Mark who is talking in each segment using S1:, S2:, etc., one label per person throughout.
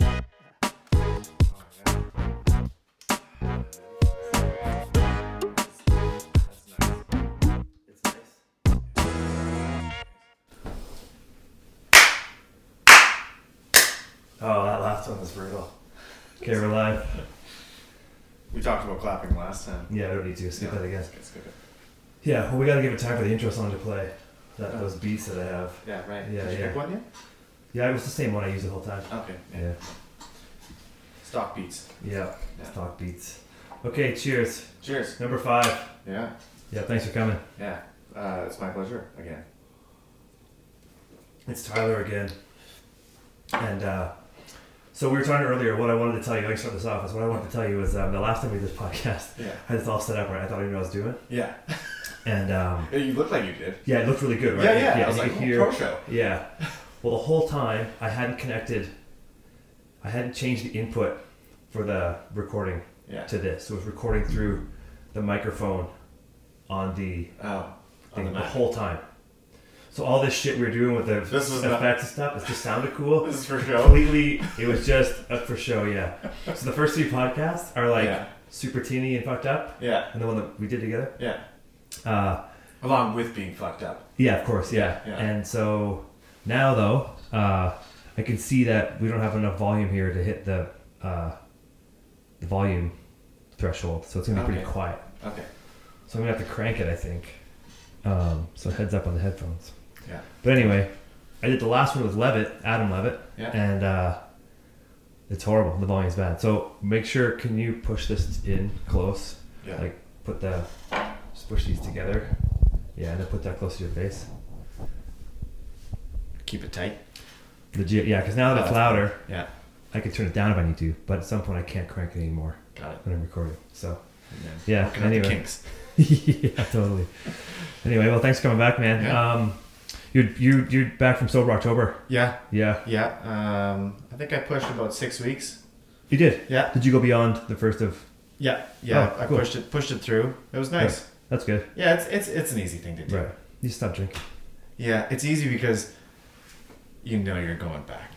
S1: Oh,
S2: Oh, that last one was brutal. Okay, we're live.
S1: We talked about clapping last time.
S2: Yeah, we don't need to skip that again.
S1: Let's skip it.
S2: Yeah, well, we gotta give it time for the intro song to play. That those beats that I have.
S1: Oh. Yeah, right.
S2: Yeah,
S1: Did you
S2: yeah.
S1: pick one yet?
S2: Yeah, it was the same one I used the whole time.
S1: Okay. Yeah.
S2: Yeah,
S1: Stock beats.
S2: yeah,
S1: Yeah.
S2: stock beats. Okay, cheers.
S1: Cheers.
S2: Number five.
S1: Yeah.
S2: Yeah, thanks for coming.
S1: Yeah. Uh, it's my pleasure again.
S2: It's Tyler again. And uh, so we were talking earlier. What I wanted to tell you, I can start this off. Is what I wanted to tell you is um, the last time we did this podcast,
S1: Yeah.
S2: I had this all set up right. I thought I knew what I was doing,
S1: Yeah.
S2: and um,
S1: Yeah, You look like you did.
S2: yeah, it looked really good, right?
S1: Yeah, yeah.
S2: yeah
S1: I was
S2: you
S1: like,
S2: could
S1: oh,
S2: hear-
S1: pro show.
S2: Yeah. Well, the whole time I hadn't connected, I hadn't changed the input for the recording
S1: Yeah.
S2: to this. So it was recording through the microphone on the
S1: Oh. On
S2: thing
S1: the
S2: the,
S1: Mac.
S2: whole time. So all this shit we were doing with the
S1: This was not-
S2: effects and stuff, it just sounded cool.
S1: This is for show.
S2: Completely, it was just up for show, yeah. So the first three podcasts are like
S1: Yeah.
S2: super teeny and fucked up,
S1: Yeah.
S2: and the one that we did together.
S1: Yeah.
S2: Uh,
S1: Along with being fucked up.
S2: Yeah, of course, yeah.
S1: Yeah.
S2: And so now though, uh, I can see that we don't have enough volume here to hit the uh, the volume threshold, so it's gonna be pretty
S1: Okay.
S2: quiet.
S1: Okay.
S2: So I'm gonna have to crank it, I think. Um, so heads up on the headphones.
S1: Yeah.
S2: But anyway, I did the last one with Levitt, Adam Levitt,
S1: Yeah.
S2: and uh, it's horrible. The volume's bad. So make sure. Can you push this in close?
S1: Yeah.
S2: Like put the just push these together. Yeah, and then put that close to your face.
S1: Keep it tight.
S2: Legit, yeah. Because
S1: Oh,
S2: now that it's louder,
S1: Yeah.
S2: I can turn it down if I need to. But at some point, I can't crank it anymore
S1: Got it.
S2: when I'm recording. So
S1: And
S2: Yeah,
S1: working out the
S2: anyway.
S1: kinks.
S2: yeah, totally. Anyway, well, thanks for coming back, man.
S1: Yeah.
S2: Um, you you you're back from sober October.
S1: Yeah.
S2: Yeah,
S1: Yeah. Um, I think I pushed about six weeks.
S2: you did.
S1: Yeah.
S2: Did you go beyond the first of?
S1: Yeah. Yeah.
S2: Oh,
S1: I
S2: cool.
S1: pushed it. Pushed it through. It was nice.
S2: That's good.
S1: Yeah. It's it's it's an easy thing to do.
S2: Right. You stop drinking.
S1: Yeah, it's easy because you know you're going back.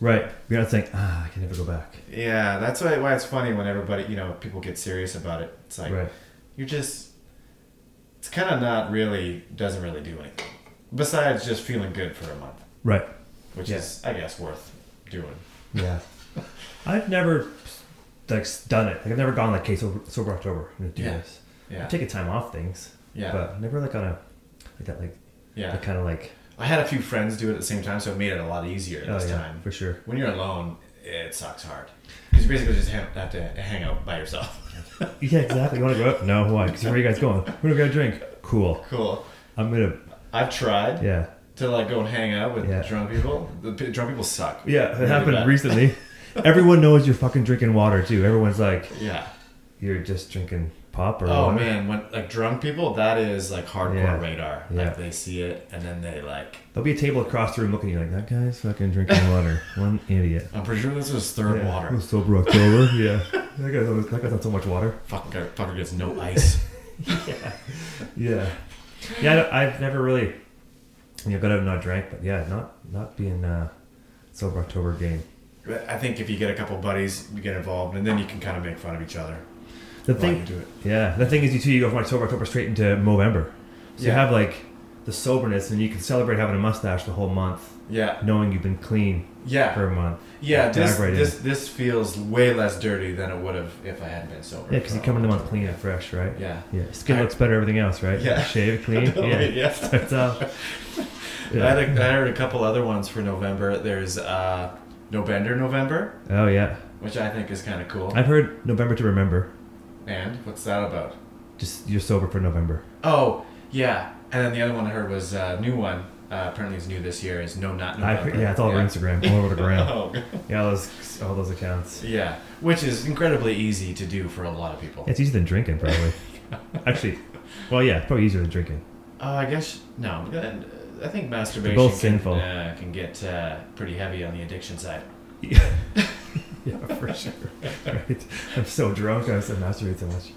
S2: Right. You're not saying, ah, I can never go back.
S1: Yeah, that's why, why it's funny when everybody, you know, people get serious about it. It's like,
S2: right.
S1: you're just, it's kind of not really, doesn't really do anything. Besides just feeling good for a month,
S2: Right.
S1: which
S2: Yeah.
S1: is, I guess, worth doing.
S2: Yeah. I've never like done it. Like I've never gone like, okay, sober, sober October. I'm gonna do
S1: Yeah.
S2: this.
S1: Yeah.
S2: I take a time off things,
S1: yeah.
S2: but never like on a like that like
S1: yeah.
S2: that kind of like
S1: I had a few friends do it at the same time, so it made it a lot easier
S2: oh,
S1: this
S2: yeah,
S1: time.
S2: for sure.
S1: When you're alone, it sucks hard. Because you basically just ha- have to hang out by yourself.
S2: Yeah, exactly. You want to go out? No, why? 'Cause where are you guys going? We're gonna drink. Cool.
S1: cool.
S2: I'm gonna.
S1: I've tried.
S2: Yeah.
S1: to like go and hang out with
S2: Yeah.
S1: drunk people. The p- drunk people suck.
S2: Yeah, it
S1: Really
S2: happened
S1: bad.
S2: recently. Everyone knows you're fucking drinking water too. Everyone's like,
S1: Yeah.
S2: you're just drinking pop or
S1: Oh
S2: water.
S1: man, when like drunk people, that is like hardcore
S2: Yeah.
S1: radar.
S2: Yeah.
S1: Like they see it and then they like.
S2: There'll be a table across the room looking at you like that guy's fucking drinking water. One idiot.
S1: I'm pretty sure this is third
S2: Yeah. Oh,
S1: water.
S2: sober October. yeah, that guy's on, that guy's on so much water.
S1: Fucking guy, fucker gets no ice.
S2: Yeah, yeah. I don't- I've never really, you know, got out and not drank, but yeah, not not being uh, sober October game.
S1: But I think if you get a couple buddies, you get involved, and then you can kind of make fun of each other
S2: The
S1: while you
S2: thing,
S1: do it.
S2: yeah, the thing is, you too, you go from sober October straight into Movember, so you
S1: Yeah.
S2: have like the soberness, and you can celebrate having a mustache the whole month,
S1: Yeah,
S2: knowing you've been clean
S1: yeah,
S2: for a month.
S1: yeah.
S2: Dive
S1: This
S2: right in.
S1: this this feels way less dirty than it would have if I hadn't been sober.
S2: Yeah, because you
S1: for a
S2: come in the
S1: long
S2: month clean and fresh, right?
S1: time. Yeah.
S2: Yeah, skin
S1: I-
S2: looks better, everything else, right?
S1: Yeah.
S2: shave clean. yeah,
S1: yeah.
S2: starts out.
S1: I
S2: Yeah.
S1: had, a, I had a couple other ones for November. There's uh, November November,
S2: Oh yeah,
S1: which I think is kind of cool.
S2: I've heard November to remember.
S1: And what's that about?
S2: Just you're sober for November.
S1: Oh, yeah. And then the other one I heard was uh, new one. Uh, apparently, it's new this year. Is no not
S2: I,
S1: November.
S2: yeah, it's all over Instagram, all over the ground.
S1: Oh, God.
S2: Yeah, all those all those accounts.
S1: yeah. Which is incredibly easy to do for a lot of people.
S2: It's easier than drinking, probably. Actually, well, yeah, it's probably easier than drinking.
S1: Uh, I guess no. and, uh, I think masturbation
S2: both
S1: can,
S2: sinful.
S1: Uh, can get uh, pretty heavy on the addiction side.
S2: Yeah, for sure. Right? I'm so drunk. I said masturbate so much.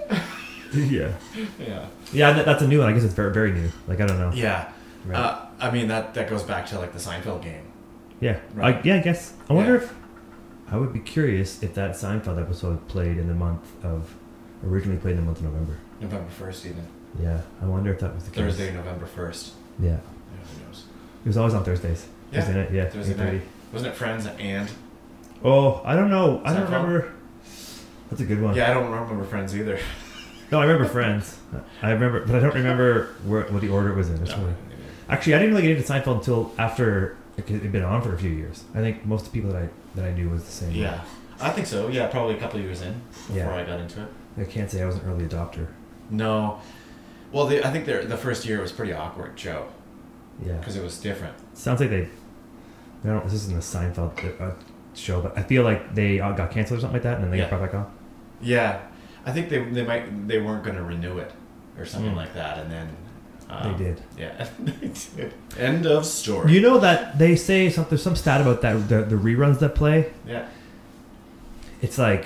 S2: yeah,
S1: Yeah.
S2: yeah, that, that's a new one. I guess it's very very new. Like I don't know.
S1: Yeah.
S2: Right.
S1: Uh, I mean that that goes back to like the Seinfeld game.
S2: yeah, I,
S1: right.
S2: yeah. I guess I wonder
S1: Yeah.
S2: if I would be curious if that Seinfeld episode played in the month of originally played in the month of November.
S1: November first, even
S2: Yeah, I wonder if that was the case.
S1: Thursday, November first.
S2: Yeah,
S1: Who knows?
S2: it was always on Thursdays.
S1: Yeah.
S2: Thursday night. Yeah,
S1: Thursday
S2: 8:30.
S1: night. Wasn't it Friends and
S2: Oh, I don't know. I don't
S1: Seinfeld?
S2: remember. That's a good one.
S1: Yeah, I don't remember Friends either.
S2: No, I remember Friends. I remember, but I don't remember where what the order it was in. It's funny. Actually, I didn't really get into Seinfeld until after it had been on for a few years. I think most of the people that I that I knew was the same. way.
S1: Yeah, I think so. Yeah, probably a couple years in before
S2: Yeah.
S1: I got into it.
S2: I can't say I was an early adopter.
S1: No, well, the, I think the the first year was pretty awkward, Joe,
S2: Yeah,
S1: because it was different.
S2: sounds like they. I don't. This isn't a Seinfeld uh, show, but I feel like they uh, got canceled or something like that, and then they
S1: Yeah.
S2: got brought back on.
S1: Yeah, I think they they might they weren't going to renew it or something
S2: Mm.
S1: like that, and then um,
S2: They did.
S1: Yeah, they did. End of story.
S2: You know that they say something. There's some stat about that. The, the reruns that play.
S1: yeah,
S2: It's like.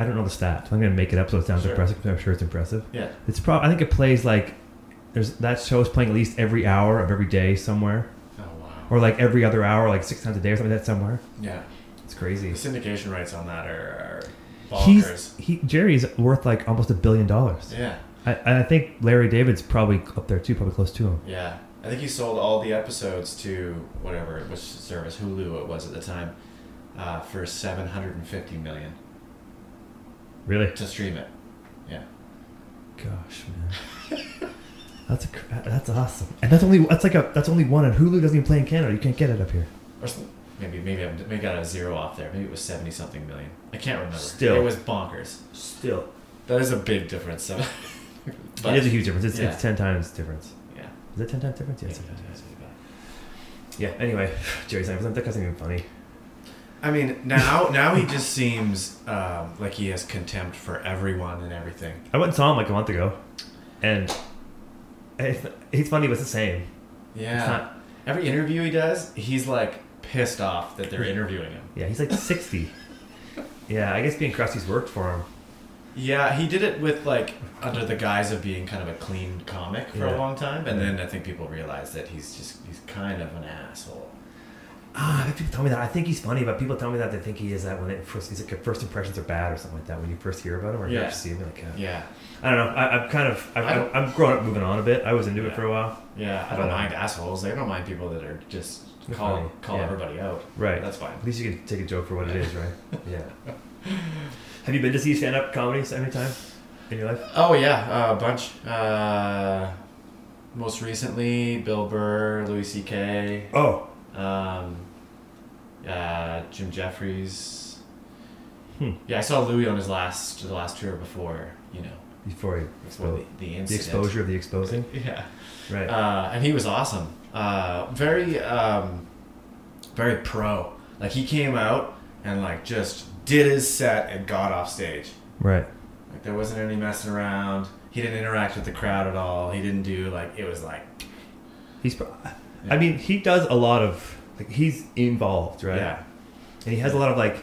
S2: I don't know the stat. I'm gonna make it up so it sounds
S1: Sure.
S2: impressive. 'cause I'm sure it's impressive.
S1: yeah,
S2: It's probably. I think it plays like. There's that show is playing at least every hour of every day somewhere,
S1: oh wow,
S2: or like every other hour, like six times a day or something like that somewhere.
S1: yeah.
S2: It's
S1: The
S2: crazy.
S1: syndication rights on that are, are
S2: He's
S1: bonkers.
S2: he Jerry's worth like almost a billion dollars.
S1: yeah,
S2: I, and I think Larry David's probably up there too, probably close to him.
S1: yeah. I think he sold all the episodes to whatever which service Hulu it was at the time uh, for seven hundred and fifty million
S2: Really?
S1: to stream it. Yeah,
S2: Gosh, man. That's a, cr- that's awesome, and that's only that's like a that's only one, and Hulu doesn't even play in Canada. You can't get it up here.
S1: or some- maybe maybe I'm, maybe I got a zero off there. Maybe it was seventy something million. I can't remember.
S2: Still.
S1: it was bonkers.
S2: Still,
S1: That is a big difference. so- but,
S2: it is a huge difference. It's,
S1: Yeah.
S2: it's ten times difference.
S1: yeah.
S2: Is it ten times difference? Yeah, it's 10 times difference. Yeah. Anyway, Jerry Seinfeld. That doesn't even funny.
S1: I mean, now now he just seems um, like he has contempt for everyone and everything.
S2: I went and saw him like a month ago, and it's, he's funny, but it's the same.
S1: Yeah.
S2: It's not,
S1: Every interview he does, he's like pissed off that they're interviewing him.
S2: yeah, he's like sixty. yeah, I guess being Krusty's worked for him.
S1: Yeah, he did it with like under the guise of being kind of a clean comic for
S2: Yeah.
S1: a long time, and then I think people realize that he's just he's kind of an asshole.
S2: Ah, I've had people tell me that. I think he's funny, but people tell me that they think he is that when it first, he's like first impressions are bad or something like that when you first hear about him or you
S1: Yeah.
S2: first see him. you're Like, uh,
S1: Yeah.
S2: I don't know. I, I'm kind of, I've,
S1: I don't-
S2: I'm, I'm growing up, moving on a bit. I was into it
S1: Yeah.
S2: for a while.
S1: Yeah, I
S2: But,
S1: don't
S2: uh,
S1: mind assholes. I don't mind people that are just
S2: They're
S1: call
S2: funny.
S1: call
S2: Yeah.
S1: everybody out.
S2: Right.
S1: That's fine.
S2: At least you can take a joke for what it is, right? Yeah. Have you been to see stand up comedies any time in your life?
S1: Oh yeah, uh, a bunch. Uh, most recently, Bill Burr, Louis C.K.,
S2: Oh,
S1: um, uh, Jim Jeffries.
S2: Hmm.
S1: Yeah, I saw Louis on his last the last tour before you know
S2: before he
S1: before
S2: exposed.
S1: the, the incident.
S2: The exposure of the exposing,
S1: Yeah,
S2: right?
S1: uh, and he was awesome. Uh, very um, very pro. Like he came out and like just did his set and got off stage.
S2: right.
S1: Like there wasn't any messing around. He didn't interact with the crowd at all. He didn't do like it was like
S2: He's. Pro- I mean, he does a lot of like he's involved, right?
S1: yeah
S2: and he has a lot of like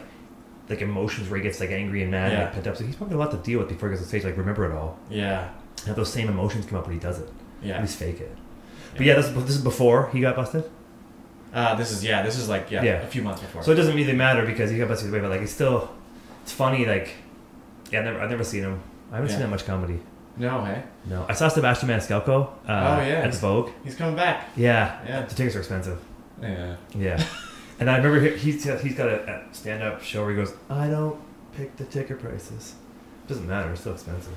S2: like emotions where he gets like angry and mad and like,
S1: Yeah.
S2: pent up. So he's probably got a lot to deal with before he goes on stage. Like remember it all.
S1: yeah
S2: And have those same emotions come up when he does it. At
S1: yeah.
S2: least fake it. But yeah, this, this is before he got busted.
S1: Uh, this is yeah. This is like yeah,
S2: Yeah.
S1: a few months before.
S2: So it doesn't really matter because he got busted either way. But like it's still, it's funny. Like yeah, I've never I've never seen him. I haven't seen
S1: Yeah.
S2: that much comedy.
S1: no hey,
S2: No, I saw Sebastian Maniscalco. Uh,
S1: Oh, yeah.
S2: at the Vogue.
S1: he's coming back.
S2: Yeah,
S1: Yeah
S2: the tickets are expensive.
S1: yeah
S2: Yeah, and I remember he- he's he's got a, a stand up show where he goes, I don't pick the ticket prices. Doesn't matter. It's still expensive.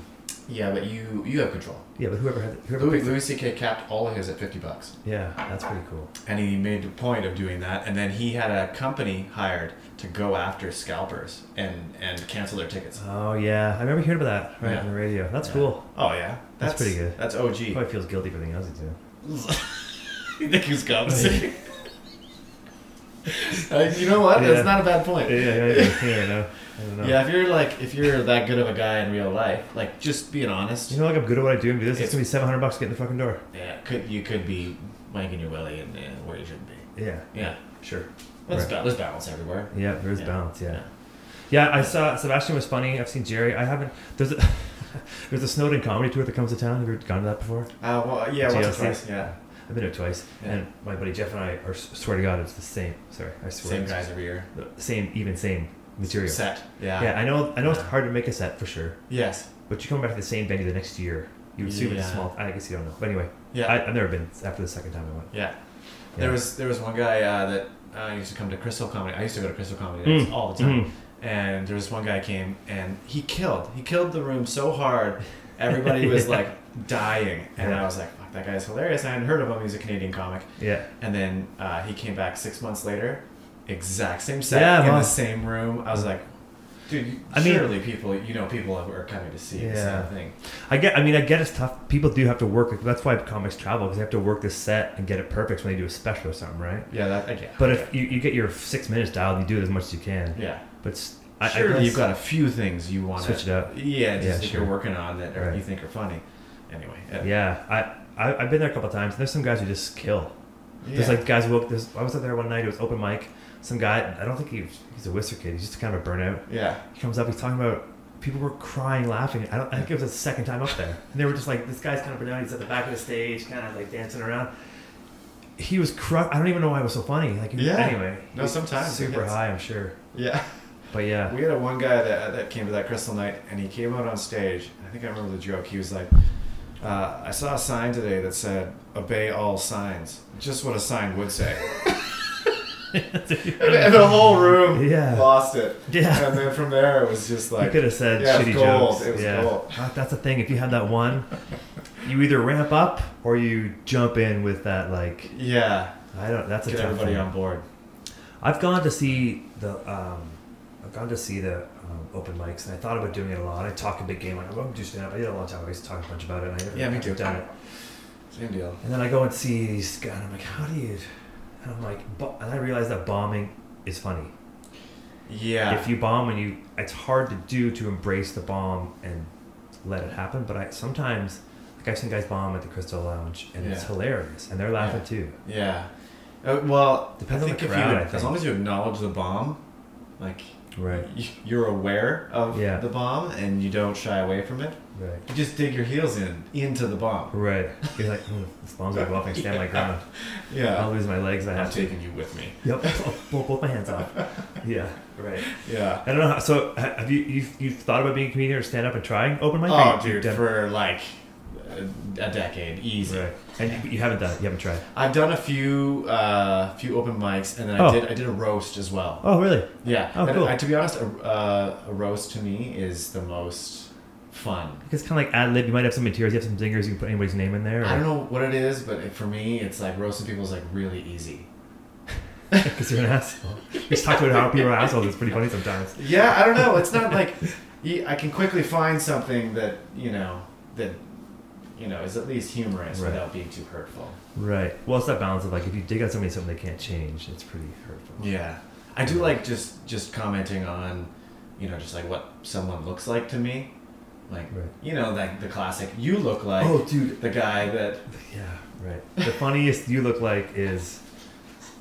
S1: yeah. But you you have control.
S2: Yeah, but whoever had whoever
S1: Louis,
S2: picked
S1: Louis C.K. capped all of his at fifty bucks,
S2: it- Yeah, that's pretty cool.
S1: and he made a point of doing that. And then he had a company hired to go after scalpers and and cancel their tickets.
S2: Oh yeah, I remember hearing about that right
S1: Yeah.
S2: on the radio. That's
S1: Yeah.
S2: cool.
S1: Oh yeah,
S2: That's pretty good.
S1: That's
S2: He
S1: OG.
S2: probably feels guilty for everything else he's doing.
S1: you think he's compensating? Uh, you know what?
S2: Yeah.
S1: That's not a bad point.
S2: Yeah, yeah, yeah. yeah, I know. I don't know.
S1: Yeah, if you're like if you're that good of a guy in real life, like just being honest,
S2: You know, like I'm good at what I do and do this. It's,
S1: It's-
S2: gonna be seven hundred bucks to get in the fucking door.
S1: yeah, could you could be wanking your willy and, and where you shouldn't be.
S2: Yeah.
S1: Yeah,
S2: Sure.
S1: let's
S2: Right.
S1: ba- there's balance everywhere.
S2: Yeah, there is
S1: Yeah.
S2: balance. Yeah. yeah, I saw Sebastian was funny. I've seen Jerry. I haven't. There's a there's a Snowden comedy tour that comes to town. Have you ever gone to that before?
S1: Uh, well, yeah, once or
S2: GLC?
S1: twice. Yeah,
S2: I've been to it twice,
S1: Yeah.
S2: and my buddy Jeff and I are swear to God, it's the same. Sorry, I swear.
S1: same
S2: it's
S1: guys every year.
S2: the Same, even same material.
S1: Set. Yeah.
S2: Yeah, I know. I know it's
S1: Yeah.
S2: hard to make a set for sure,
S1: Yes.
S2: but you come back to the same venue the next year. You would assume it's a
S1: Yeah.
S2: small. I guess you don't know. But anyway,
S1: Yeah.
S2: I, I've never been after the second time I went.
S1: yeah.
S2: Yeah.
S1: There was there was one guy uh, that I used to come to Crystal Comedy. I used to go to Crystal Comedy nights
S2: Mm.
S1: all the time.
S2: Mhm.
S1: And there was one guy came and he killed. He killed the room so hard, everybody was
S2: Yeah.
S1: like dying. And
S2: Yeah.
S1: I was like, "Fuck, that guy's hilarious." I hadn't heard of him. He's a Canadian comic.
S2: Yeah.
S1: And then uh, he came back six months later, exact same set
S2: Yeah,
S1: in
S2: huh?
S1: the same room. I was like, dude, you-
S2: I mean-
S1: surely people, you know, people are coming to see the
S2: Yeah.
S1: same thing.
S2: I get. I mean, I get it's tough. People do have to work. That's why comics travel because they have to work the set and get it perfect when they do a special or something, right?
S1: Yeah, that I get.
S2: But if you, you get your six minutes dialed, you do it as much as you can.
S1: yeah,
S2: But s- I, I
S1: surely
S2: guess-
S1: you've got a few things you want
S2: Switch it up.
S1: Yeah, just
S2: Yeah,
S1: that
S2: sure.
S1: you're working on that or
S2: Right.
S1: you think are funny. Anyway, yeah.
S2: Yeah, I, I I've been there a couple times. There's some guys who just kill.
S1: Yeah.
S2: There's like guys who woke. There's, I was up there one night. It was open mic. Some guy. I don't think he, he's a Whistler kid. He's just kind of a burnout.
S1: yeah,
S2: He comes up. He's talking about people were crying, laughing. I don't. I think it was the second time up there, and they were just like, "This guy's kind of burnout. He's at the back of the stage, kind of like dancing around." He was cru I don't even know why it was so funny. Like
S1: Yeah.
S2: anyway,
S1: No, sometimes it
S2: super
S1: hits.
S2: high. I'm sure,
S1: yeah.
S2: but yeah.
S1: We had a one guy that, uh, that came to that crystal night, and he came out on stage. and I think I remember the joke. He was like, uh, "I saw a sign today that said obey all signs." Just what a sign would say. and, and the whole room
S2: Yeah.
S1: lost it.
S2: Yeah.
S1: And then from there, it was just
S2: You
S1: like,
S2: could have said
S1: yeah,
S2: shitty
S1: gold.
S2: jokes.
S1: It was
S2: yeah,
S1: gold.
S2: That- that's the thing. If you have that one, you either ramp up or you jump in with that. Like
S1: yeah,
S2: I don't. That's a
S1: get
S2: tough
S1: everybody
S2: one.
S1: on board.
S2: I've gone to see the. Um, I've gone to see the um, open mics, and I thought about doing it a lot. I talk a big game. I'm going to do stand up. I did it a long time. ago. I used to talk a bunch about it. And I never
S1: Yeah, me too.
S2: Done it.
S1: Same deal.
S2: And then I go and see these guys. And I'm like, how do you? And I'm like, bo- and I realize that bombing is funny.
S1: Yeah.
S2: if you bomb and you it's hard to do to embrace the bomb and let it happen but i sometimes like i've seen guys bomb at the crystal lounge and it's
S1: Yeah.
S2: hilarious and they're laughing
S1: Yeah.
S2: too
S1: yeah. Uh, well,
S2: Depends
S1: I
S2: on the
S1: think
S2: crowd, I
S1: if you,
S2: think.
S1: as long as you acknowledge the bomb, like y- you're aware of
S2: Yeah.
S1: the bomb and you don't shy away from it.
S2: right
S1: You just dig your heels in into the bomb.
S2: right you're like mm, this bomb's gonna go off and stand my ground i'll
S1: Yeah.
S2: lose my legs i
S1: I'm
S2: have to
S1: taking you with me.
S2: yep I'll pull both my hands off yeah right
S1: Yeah.
S2: i don't know how, so ha- have you you've, you've thought about being a comedian or stand up and trying open mic
S1: Oh,
S2: You've
S1: dude,
S2: done-
S1: for like a, a decade, easy.
S2: right and you, you haven't done it you haven't tried
S1: I've done a few, uh, few open mics, and then
S2: Oh.
S1: I did, I did a roast as well.
S2: oh really
S1: Yeah.
S2: Oh,
S1: And
S2: cool.
S1: I, to be honest, a, uh, a roast to me is the most fun.
S2: it's kind of like ad lib. You might have some materials, you have some zingers, you can put anybody's name in there.
S1: I don't know what it is, but it, for me, it's like roasting people is like really easy.
S2: Because you're an asshole. We just talked about how people are assholes. It's pretty funny sometimes.
S1: Yeah, I don't know. It's not like you, I can quickly find something that you know that you know is at least humorous
S2: Right.
S1: without being too hurtful.
S2: Right. Well, it's that balance of like if you dig out somebody something they can't change, it's pretty hurtful.
S1: Yeah, I do like just just commenting on, you know, just like what someone looks like to me, like
S2: Right.
S1: you know, like the classic. You look like
S2: Oh, dude.
S1: the guy that
S2: Yeah. Right. The funniest you look like is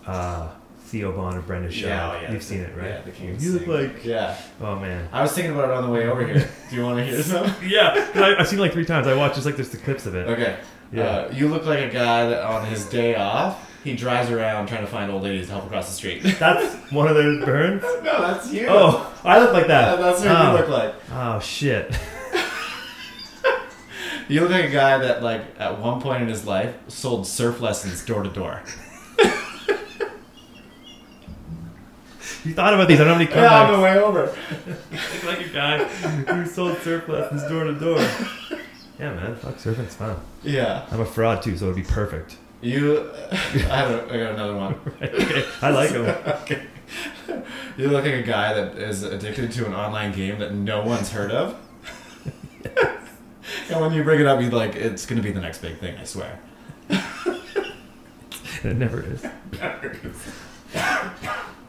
S2: uh, Theo Bond and Brenda Shaw.
S1: Yeah, oh, yeah.
S2: You've seen it, right?
S1: Yeah, the King's
S2: You look
S1: thing.
S2: like.
S1: yeah.
S2: Oh man.
S1: I was thinking about it on the way over here. Do you want to hear some?
S2: Yeah, 'cause I, I've seen it like three times. I watched just like there's the clips of it.
S1: Okay.
S2: Yeah.
S1: Uh, you look like a guy that on his day off he drives around trying to find old ladies to help across the street.
S2: That's one of those burns.
S1: no, that's you.
S2: Oh, I look like
S1: Yeah,
S2: that.
S1: that's what
S2: oh.
S1: you look like.
S2: Oh shit.
S1: You look like a guy that, like, at one point in his life, sold surf lessons door to door.
S2: You thought about these? I don't know how many comebacks.
S1: Yeah, on the way over.
S2: Look like a guy who sold surf lessons door to door. Yeah, man, fuck surfing's fun.
S1: Yeah,
S2: I'm a fraud too, so it'd be perfect.
S1: you. I don't. I got another one.
S2: I like him.
S1: okay. You look like a guy that is addicted to an online game that no one's heard of. and when you bring it up, you're like, "It's gonna be the next big thing," I swear.
S2: It never is.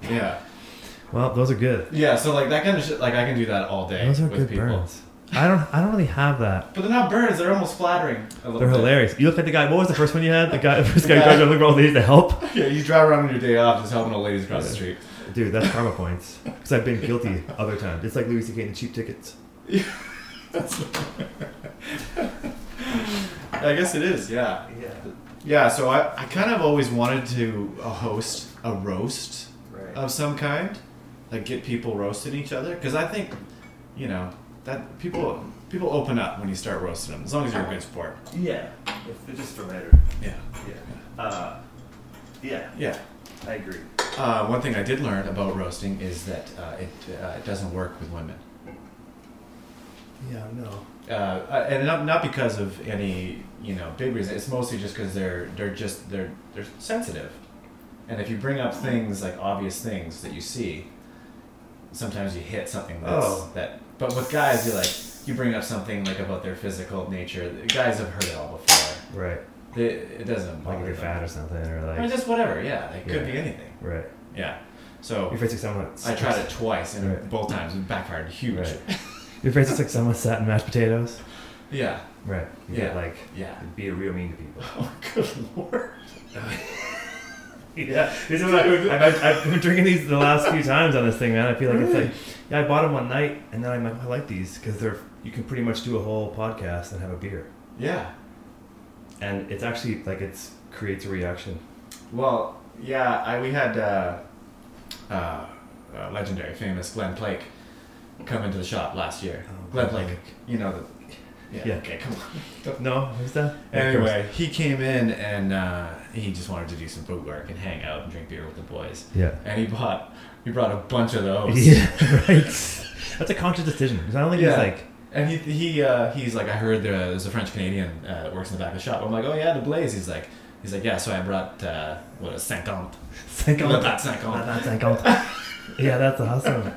S1: Yeah.
S2: Well, those are good.
S1: Yeah, so like that kind of shit, like I can do that all day
S2: Those are
S1: with
S2: good
S1: people.
S2: burns. I don't. I don't really have that.
S1: But they're not burns; they're almost flattering. A little
S2: They're
S1: bit.
S2: hilarious. You look like the guy. What was the first one you had? The guy. The first guy
S1: The guy-
S2: who tried to look for all these to help.
S1: Yeah, you drive around on your day off, just helping old ladies across the street.
S2: Dude, that's karma points. Because I've been guilty other times. It's like Louis C.K. and the cheap tickets.
S1: I guess it is. Yeah.
S2: Yeah.
S1: Yeah. So I, I kind of always wanted to uh, host a roast
S2: Right.
S1: of some kind, like get people roasting each other, because I think, you know, that people people open up when you start roasting them, as long as you're a good sport.
S2: yeah. It's just for later.
S1: Yeah.
S2: Yeah. Uh, yeah.
S1: Yeah.
S2: I agree.
S1: Uh, one thing I did learn about roasting is that uh, it, uh, it doesn't work with women.
S3: Yeah, no.
S1: Uh, uh, and not, not because of any you know big reason. It's mostly just because they're they're just they're they're sensitive, and if you bring up things like obvious things that you see, sometimes you hit something that's
S3: Oh.
S1: that. But with guys, you like you bring up something like about their physical nature. The Guys have heard it all before.
S2: Right.
S1: They, it doesn't
S2: Like
S1: bother
S2: if you're
S1: them.
S2: fat or something, or
S1: I mean,
S2: like
S1: just whatever. Yeah, it could
S2: Yeah.
S1: be anything.
S2: right.
S1: Yeah. So
S2: You're facing someone. That's,
S1: I tried it twice, and
S2: Right.
S1: both times it backfired huge.
S2: Right. You're facing like someone sat in mashed potatoes.
S1: Yeah.
S2: Right. You get,
S1: Yeah.
S2: like
S1: Yeah.
S2: it'd be a real mean to people.
S1: Oh, good lord.
S2: Yeah, this is what I, I've, I've, I've been drinking these the last few times on this thing, man. I feel like it's like, yeah, I bought them one night, and then I'm like, I like these because they're you can pretty much do a whole podcast and have a beer,
S1: Yeah.
S2: and it's actually like it's creates a reaction.
S1: Well, yeah, I, we had uh, uh, uh, legendary, famous Glenn Plake come into the shop last year.
S2: Oh,
S1: Glenn
S2: Glenn
S1: Plake, you know the. Yeah,
S2: Yeah.
S1: Okay. Come on.
S2: No, who's that?
S1: Anyway, he came in and uh, he just wanted to do some boot work and hang out and drink beer with the boys.
S2: yeah,
S1: And he bought he brought a bunch of those.
S2: yeah, right. That's a conscious decision. 'cause I don't think
S1: Yeah.
S2: it's like
S1: And he, he uh, he's like, I heard there, there's a French Canadian uh, that works in the back of the shop. I'm like, oh yeah, the Blaze. He's like, he's like, yeah. So I brought uh, what a cinquante. Not
S2: cinquante.
S1: that cinquante.
S2: That's cinquante. Yeah, that's awesome.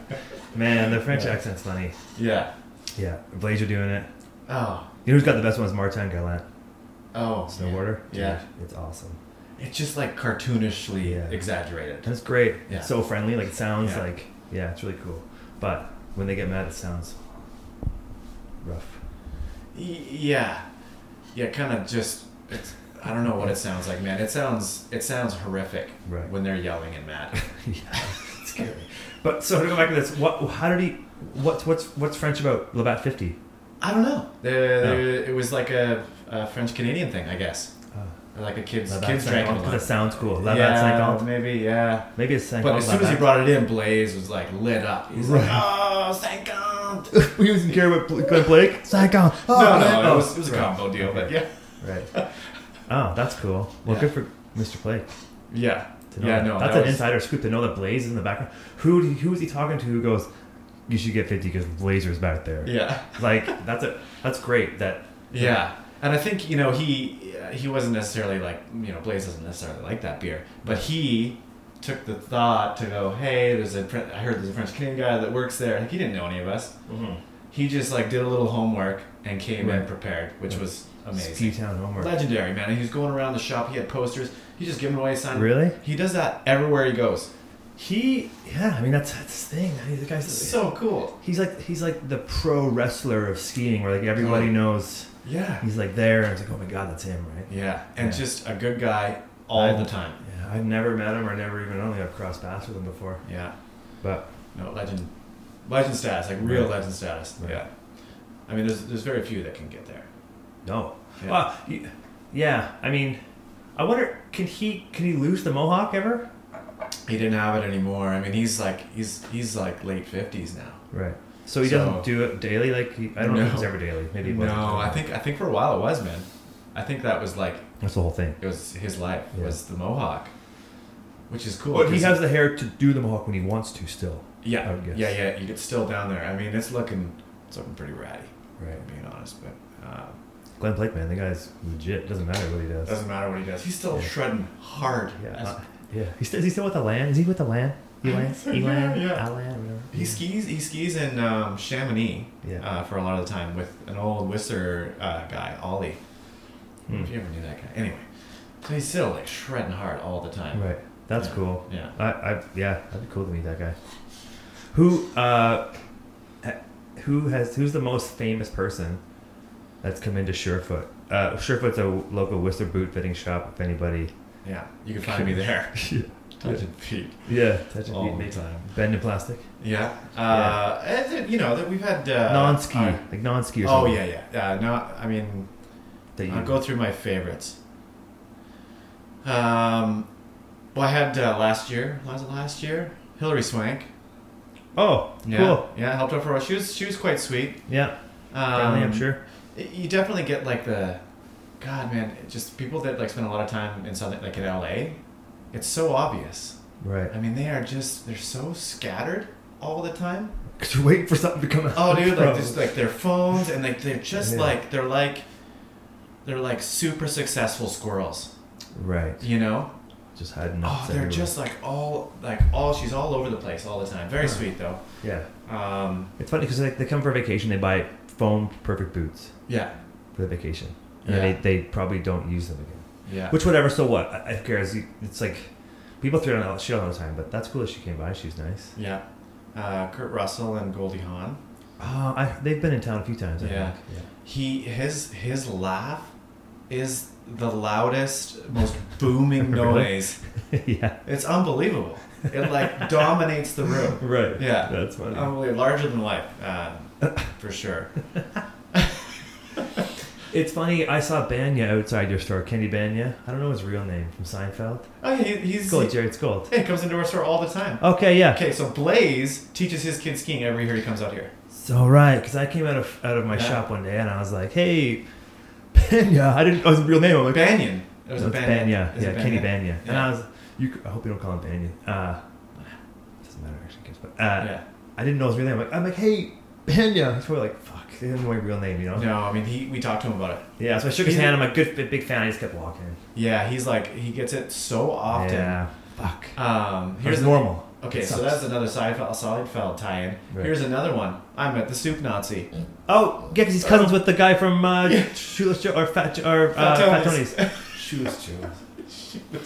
S2: Man, the French accent's funny.
S1: Yeah.
S2: Yeah, Blaze, you're doing it.
S1: Oh.
S2: You know who's got the best ones? Martin Gallant,
S1: Oh.
S2: snowboarder.
S1: Yeah.
S2: Dude, it's awesome.
S1: yeah. It's just like cartoonishly uh,
S2: Yeah.
S1: exaggerated.
S2: That's great.
S1: Yeah.
S2: It's so friendly. Like it sounds
S1: Yeah.
S2: like yeah, it's really cool. But when they get mad, it sounds rough.
S1: Y- yeah. Yeah. Kind of just. It's, I don't know what it sounds like, man. It sounds it sounds horrific
S2: Right.
S1: when they're yelling and mad.
S2: yeah, it's scary. But so to go back to this, what? How did he? What's what's what's French about Labatt Fifty?
S1: I don't know. There- there- It was like a, a French Canadian thing, I guess.
S2: Oh.
S1: Like a Uh, kids
S2: Labatt
S1: kids drank a
S2: Because it
S1: lot.
S2: sounds cool. Labatt
S1: yeah,
S2: Cinquante.
S1: maybe yeah.
S2: Maybe it's Cinquante.
S1: But as soon as he brought it in, Blaze was like lit up. He's like,
S2: Right.
S1: oh, cinquante.
S2: he doesn't care about Glenn Blake. Cinquante. Oh,
S1: no,
S2: man.
S1: no,
S2: Oh,
S1: it was, it was a
S2: right.
S1: combo deal, but yeah,
S2: Right. Oh, that's cool. Well,
S1: Yeah.
S2: good for Mr. Blake.
S1: yeah,
S2: To know
S1: yeah.
S2: that.
S1: No,
S2: that's
S1: that
S2: an
S1: was-
S2: insider scoop to know that Blaze is in the background. Who do- who is he talking to? Who goes? You should get fifty because Blazer's back there.
S1: Yeah,
S2: Like that's a that's great. That
S1: yeah. And I think you know he uh, he wasn't necessarily like you know Blaze doesn't necessarily like that beer, but he took the thought to go, hey, there's a Fren- I heard there's a French Canadian guy that works there. Like, he didn't know any of us. He just like did a little homework and came in
S2: Right.
S1: prepared, which
S2: Yeah.
S1: was
S2: ski
S1: amazing.
S2: town homework.
S1: Legendary man. He was going around the shop. He had posters. He just giving away signed
S2: Really?
S1: He does that everywhere he goes.
S2: He yeah. I mean that's that's his thing. I mean, the guy's
S1: So cool.
S2: he's like he's like the pro wrestler of skiing, where like everybody
S1: Oh.
S2: knows
S1: Yeah.
S2: he's like there, and it's like oh my god, that's him, right?
S1: Yeah, and
S2: Yeah.
S1: just a good guy all
S2: I-
S1: the time.
S2: Yeah, I've never met him or never even I don't think I've crossed paths with him before.
S1: Yeah.
S2: But
S1: No legend, legend status, like real
S2: Right.
S1: legend status.
S2: Right.
S1: Yeah. I mean, there's there's very few that can get there.
S2: no,
S1: Yeah.
S2: Well, y- yeah. I mean, I wonder can he can he lose the mohawk ever?
S1: He didn't have it anymore. I mean, he's like he's he's like late fifties now.
S2: Right. So he
S1: So-
S2: doesn't do it daily. Like he, I don't know if
S1: No.
S2: it's ever daily. Maybe it wasn't.
S1: No, I think I think for a while it was man. I think that was like
S2: that's the whole thing.
S1: it was his life
S2: Yeah.
S1: was the mohawk, which is cool.
S2: But he
S1: 'cause-
S2: has the hair to do the mohawk when he wants to. Still. I
S1: yeah
S2: would guess.
S1: yeah yeah. You get still down there. I mean, it's looking it's looking pretty ratty.
S2: Right.
S1: If I'm being honest, but. Um,
S2: Glenn Blake, man, the guy's legit. Doesn't matter what he does.
S1: Doesn't matter what he does. He's still
S2: Yeah.
S1: shredding hard.
S2: yeah.
S1: As-
S2: uh, yeah. He's still, is he still with the land? Is he with the land? Elan?
S1: Yeah,
S2: Elan?
S1: yeah.
S2: Alan? Whatever.
S1: he skis. He skis in um, Chamonix
S2: Yeah.
S1: uh, for a lot of the time with an old Whistler uh, guy, Ollie.
S2: Hmm.
S1: If you ever knew that guy. Anyway, so he's still like shredding hard all the time.
S2: Right. That's
S1: Yeah.
S2: cool.
S1: Yeah.
S2: I, I, yeah, that'd be cool to meet that guy. Who, uh, ha- who has, who's the most famous person that's come into Surefoot? Uh, Surefoot's a local Whistler boot fitting shop. If anybody,
S1: Yeah. You can find me there. Touching feet
S2: yeah,
S1: all the time.
S2: bend in plastic,
S1: Yeah. Uh, and then, you know that we've had uh,
S2: non-ski,
S1: our-
S2: like non-ski.
S1: oh
S2: Or something
S1: yeah, yeah. Uh, not. I mean,
S2: that you
S1: I'll go through my favorites. Um, well, I had uh, last year, was it last year? Hillary Swank.
S2: Oh,
S1: Yeah,
S2: cool.
S1: yeah, helped out for a while. She was she was quite sweet.
S2: Yeah,
S1: Um,
S2: friendly, I'm sure.
S1: y- You definitely get like the, God man, it just people that like spend a lot of time in something like in LA, it's so obvious.
S2: Right.
S1: I mean, they are just they're so scattered all the time.
S2: Cause you're waiting for something to come out.
S1: Oh, dude, like
S2: Bro.
S1: just like their phones and like they're just
S2: Yeah.
S1: like they're like they're like super successful squirrels,
S2: Right.
S1: you know?
S2: Just had nuts.
S1: Oh, they're
S2: everywhere.
S1: just like all like all she's all over the place all the time. Very
S2: Huh.
S1: sweet though.
S2: Yeah.
S1: Um,
S2: It's funny because like they come for vacation, they buy foam perfect boots
S1: yeah,
S2: for the vacation, and
S1: Yeah.
S2: then they, they probably don't use them again.
S1: yeah.
S2: Which whatever. So what? I, I cares. It's like people throw down all- shit all the time, but that's cool. That she came by. She's nice.
S1: Yeah. Uh, Kurt Russell and Goldie Hawn.
S2: Uh, I, they've been in town a few times. I
S1: Yeah.
S2: Think.
S1: He his his laugh is the loudest, most booming
S2: Really?
S1: noise.
S2: yeah.
S1: It's unbelievable. It like dominates the room.
S2: Right.
S1: Yeah. Um,
S2: That's funny.
S1: Unbelievable. Larger than life, uh, for sure.
S2: it's funny. I saw Banya outside your store. Kenny Banya. I don't know his real name from Seinfeld.
S1: Oh, he, he's
S2: It's gold. Jared Gold.
S1: he comes into our store all the time.
S2: Okay. Yeah.
S1: Okay, so Blaze teaches his kids skiing every year he comes out here.
S2: So right, because I came out of out of my
S1: Yeah.
S2: shop one day and I was like, "Hey, Banya." I didn't. Oh, his real name. I'm like,
S1: Banyan. It was
S2: It's
S1: a Banyan.
S2: Banya.
S1: It was a
S2: Yeah, Kenny Banya. And
S1: Yeah.
S2: I was, you, I hope you don't call him Banya. Uh, doesn't matter actually, I guess. But uh,
S1: Yeah.
S2: I didn't know his real name. I'm like, I'm like hey, Banya. He's probably like, fuck, they didn't know my real name, you know?
S1: No, I mean he. We talked to him about it.
S2: Yeah, so I shook his
S1: He-
S2: hand. I'm like, good, big big fan. I just kept walking.
S1: Yeah, he's like he gets it so often.
S2: Yeah, fuck.
S1: Um,
S2: Here's
S1: here's the-
S2: normal.
S1: Okay,
S2: It
S1: so
S2: sucks.
S1: that's another Seinfeld, Seinfeld tie-in.
S2: Right.
S1: Here's another one. I met the soup Nazi.
S2: Oh, yeah, because he's cousins with the guy from uh, Shoeless Joe or Fat Jo- or uh, Fat
S1: Fat
S2: Tony's.
S1: Tony's.
S3: Shoeless Joe.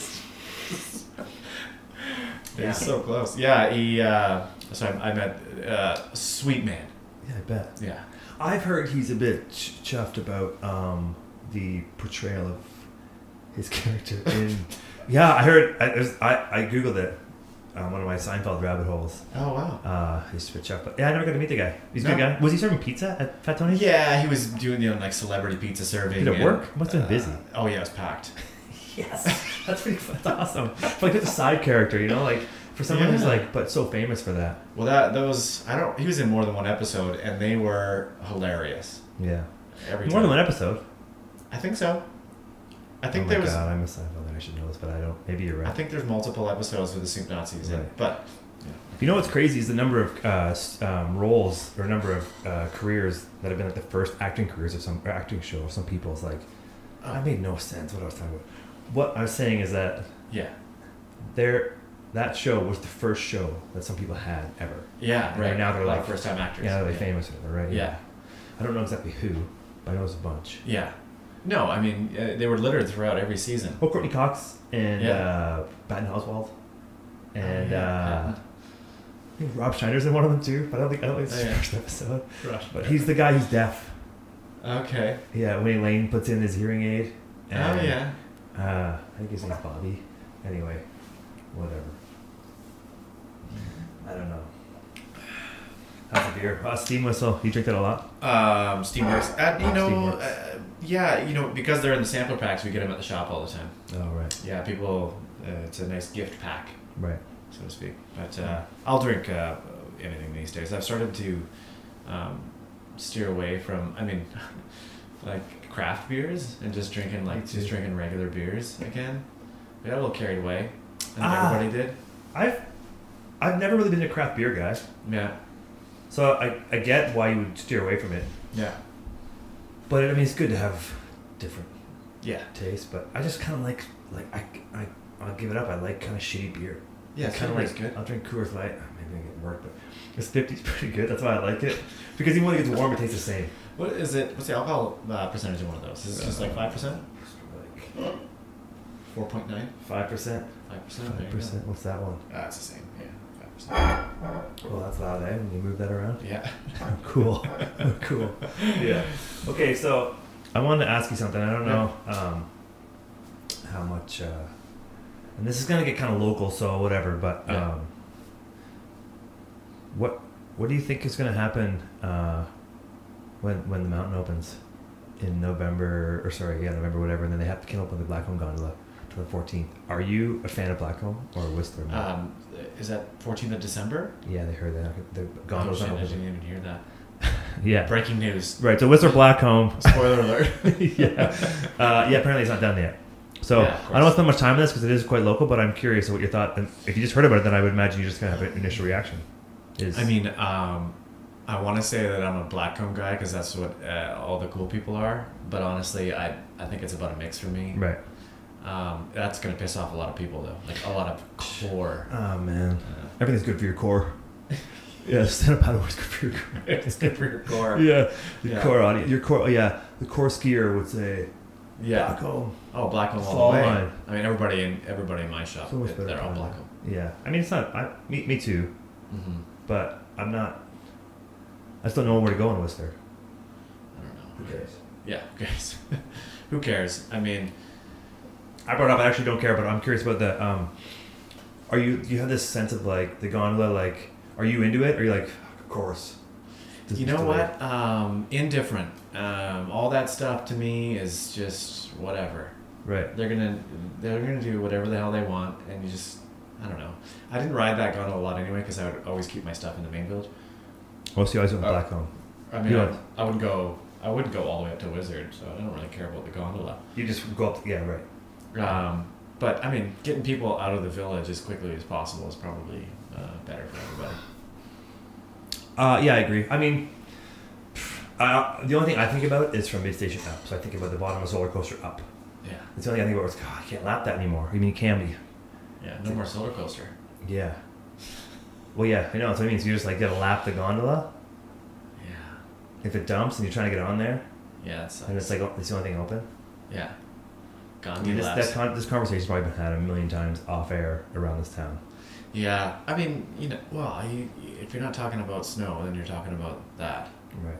S1: They're
S2: Yeah.
S1: so close. Yeah, he. Uh, so I, I met uh, Sweet Man.
S2: Yeah, I bet.
S1: Yeah.
S2: I've heard he's a bit ch- chuffed about um, the portrayal of his character in. yeah, I heard. I, there's- I, I googled it. Um, one of my Seinfeld rabbit holes.
S1: Oh wow.
S2: Uh, he's a bit chuffed, but yeah, I never got to meet the guy. He's a good
S1: No.
S2: guy. Was he serving pizza at Fat Tony's?
S1: Yeah, he was doing you know like celebrity pizza serving.
S2: Did it
S1: and,
S2: work? Must've been busy.
S1: Oh yeah, it was packed.
S2: Yes, that's pretty. That's awesome. But like, it's a side character, you know, like for someone who's
S1: Yeah.
S2: like, but so famous for that.
S1: Well, that those I don't. He was in more than one episode, and they were hilarious.
S2: Yeah,
S1: Every
S2: more
S1: time.
S2: than one episode.
S1: I think so. I think
S2: oh my
S1: there was.
S2: God, I'm a Seinfeld. I should know this, but I don't. Maybe you're right.
S1: I think there's multiple episodes with the soup Nazis, in,
S2: Right.
S1: but
S2: You know what's crazy is the number of uh, s- um, roles or number of uh, careers that have been like the first acting careers of some or acting show of some people. It's like,
S1: Oh. uh,
S2: I made no sense what I was talking about. What I was saying is that
S1: yeah,
S2: there, that show was the first show that some people had ever.
S1: yeah.
S2: And
S1: Right
S2: now they're like-
S1: first time actors.
S2: Yeah, they're
S1: yeah.
S2: famous or whatever, right?
S1: Yeah.
S2: I don't know exactly who, but I know it's a bunch.
S1: Yeah. No, I mean uh, they were littered throughout every season.
S2: Oh, Courtney Cox and
S1: Yeah.
S2: uh, Patton Oswald, and
S1: Oh, yeah,
S2: uh,
S1: Patton.
S2: I think Rob Schneider's in one of them too. But I don't think I don't think it's
S1: Oh,
S2: the
S1: yeah.
S2: first episode. But he's the guy who's deaf.
S1: okay.
S2: Yeah, Winnie Lane puts in his hearing aid.
S1: oh yeah.
S2: Uh, I think his name's Bobby. Anyway, whatever. I don't know. How's the beer? Uh, steam whistle. You drink that a lot?
S1: Um, Steamworks. Uh, you know,
S2: Steamworks.
S1: uh, yeah, you know, because they're in the sampler packs, we get them at the shop all the time.
S2: Oh, right.
S1: Yeah, people. Uh, it's a nice gift pack,
S2: Right.
S1: so to speak. But uh, I'll drink uh, anything these days. I've started to um, steer away from. I mean, like craft beers and just drinking
S2: Me
S1: like
S2: too.
S1: just drinking regular beers again. We got a little carried away. I think
S2: Ah.
S1: everybody did.
S2: I've I've never really been a craft beer guy,
S1: Yeah.
S2: so I, I get why you would steer away from it.
S1: Yeah.
S2: But I mean, it's good to have different
S1: Yeah.
S2: tastes. But I just kind of like like I I I'll give it up. I like kind of shitty beer.
S1: Yeah,
S2: kind of like I'll drink Coors Light. Maybe I get work, but this 50 is pretty good. That's why I like it because even when it gets warm, it tastes the same.
S1: What is it? What's the alcohol uh, percentage in one of those? Is it just like five percent?
S2: Like
S1: Four point nine?
S2: five percent,
S1: Five percent?
S2: five percent. What's that one?
S1: That's Ah, the same. Yeah, five percent.
S2: Well, that's loud, eh? When you move that around.
S1: Yeah.
S2: cool, cool. Yeah. Okay, so I wanted to ask you something. I don't know um, how much, uh, and this is gonna get kind of local, so whatever. But
S1: Yeah.
S2: um, what what do you think is gonna happen uh, when when the mountain opens in November or sorry, yeah, November whatever, and then they have to come up with the Blackcomb Gondola to the fourteenth. Are you a fan of Blackcomb or Whistler?
S1: Um, is that fourteenth of December?
S2: yeah, they heard that the
S1: Oh,
S2: gondola's
S1: shit,
S2: not
S1: I
S2: open.
S1: didn't even hear that.
S2: Yeah.
S1: Breaking news.
S2: Right, so Whistler Blackcomb
S1: Spoiler alert.
S2: yeah. Uh, yeah, apparently it's not done yet. So
S1: Yeah, of
S2: I don't want
S1: course.
S2: to spend much time on this because it is quite local, but I'm curious what your thought. And if you just heard about it, then I would imagine you just kind of have an initial reaction. Is
S1: I mean, um, I want to say that I'm a Blackcomb guy because that's what uh, all the cool people are. But honestly, I I think it's about a mix for me.
S2: right?
S1: Um, that's gonna piss off a lot of people though, like a lot of core.
S2: Oh man,
S1: Uh,
S2: everything's good for your core. yeah, stand up paddle is good for your core.
S1: it's good for your core.
S2: Yeah, the
S1: Yeah.
S2: core audience. Your core, yeah, the core skier would say,
S1: Yeah.
S2: "Back home."
S1: Oh, Blackcomb all
S2: Fall
S1: the way.
S2: line.
S1: I mean, everybody in everybody in my shop,
S2: It's always better
S1: they're all
S2: than-
S1: Blackcomb.
S2: Yeah, I mean it's not. I, me, me too,
S1: Mm-hmm.
S2: but I'm not. I just don't know where to go in Whistler.
S1: I don't know.
S2: Who cares?
S1: Yeah, who cares? who cares? I mean,
S2: I brought up. I actually don't care, but I'm curious about the. Um, are you? Do you have this sense of like the gondola? Like, are you into it? Or are you like, "Fuck, of course? This
S1: you
S2: is
S1: know
S2: the way."
S1: what? Um, indifferent. Um, all that stuff to me is just whatever.
S2: Right.
S1: They're gonna they're gonna do whatever the hell they want, and you just I don't know. I didn't ride that gondola a lot anyway because I would always keep my stuff in the main village.
S2: What's the eyes on
S1: Uh,
S2: black home?
S1: I mean,
S2: Yeah.
S1: I, I would go I wouldn't go all the way up to Wizard, so I don't really care about the gondola.
S2: You just go up. Yeah. Right.
S1: Um, but I mean, getting people out of the village as quickly as possible is probably uh, better for everybody.
S2: Uh, yeah, I agree. I mean, pff, I, uh, the only thing I think about is from mid station up. So I think about the bottom of roller coaster up.
S1: Yeah,
S2: It's the only thing I think about. Was, God, I can't lap that anymore. I mean, it can be.
S1: yeah. No more solar coaster.
S2: Yeah. Well, yeah, I know. That's what I mean. So you just like gotta lap the gondola
S1: Yeah.
S2: if it dumps and you're trying to get on there,
S1: Yeah, that sucks.
S2: and it's like oh, it's the only thing open.
S1: yeah.
S2: I
S1: Gandhi
S2: mean, this,
S1: laughs.
S2: that con- this conversation's probably been had a million times off air around this town.
S1: yeah, I mean, you know, well, you, if you're not talking about snow, then you're talking about that.
S2: Right.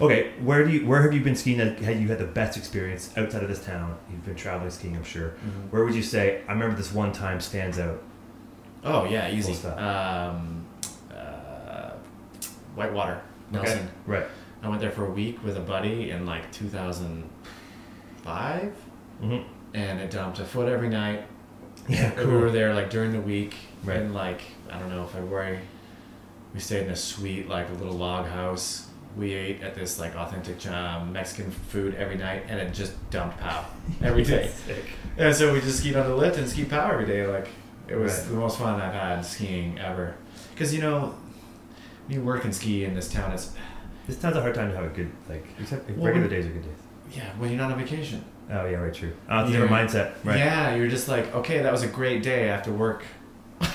S2: Okay, where do you where have you been skiing that had you had the best experience outside of this town? You've been traveling skiing, I'm sure. Where would you say? I remember this one time stands out.
S1: Oh yeah, easy.
S2: What's that?
S1: Um, uh, Whitewater, Nelson.
S2: Okay. Right.
S1: I went there for a week with a buddy in like 2005,
S2: hmm
S1: and it dumped a foot every night.
S2: Yeah.
S1: We were there like during the week,
S2: Right.
S1: in like I don't know February. We stayed in a suite, like a little log house. We ate at this like authentic um, Mexican food every night, and it just dumped pow every day.
S2: Sick.
S1: and so we just skied on the lift and skied pow every day. Like it was
S2: Right.
S1: the most fun I've had skiing ever. Because you know, when you work and ski in this town, it's
S2: This town's a hard time to have a good like. Except
S1: Well,
S2: regular
S1: when-
S2: days are good days.
S1: yeah, when you're not on vacation.
S2: Oh yeah, right. True. Uh, it's a different
S1: Yeah.
S2: mindset. Right.
S1: Yeah, you're just like, okay, that was a great day after work.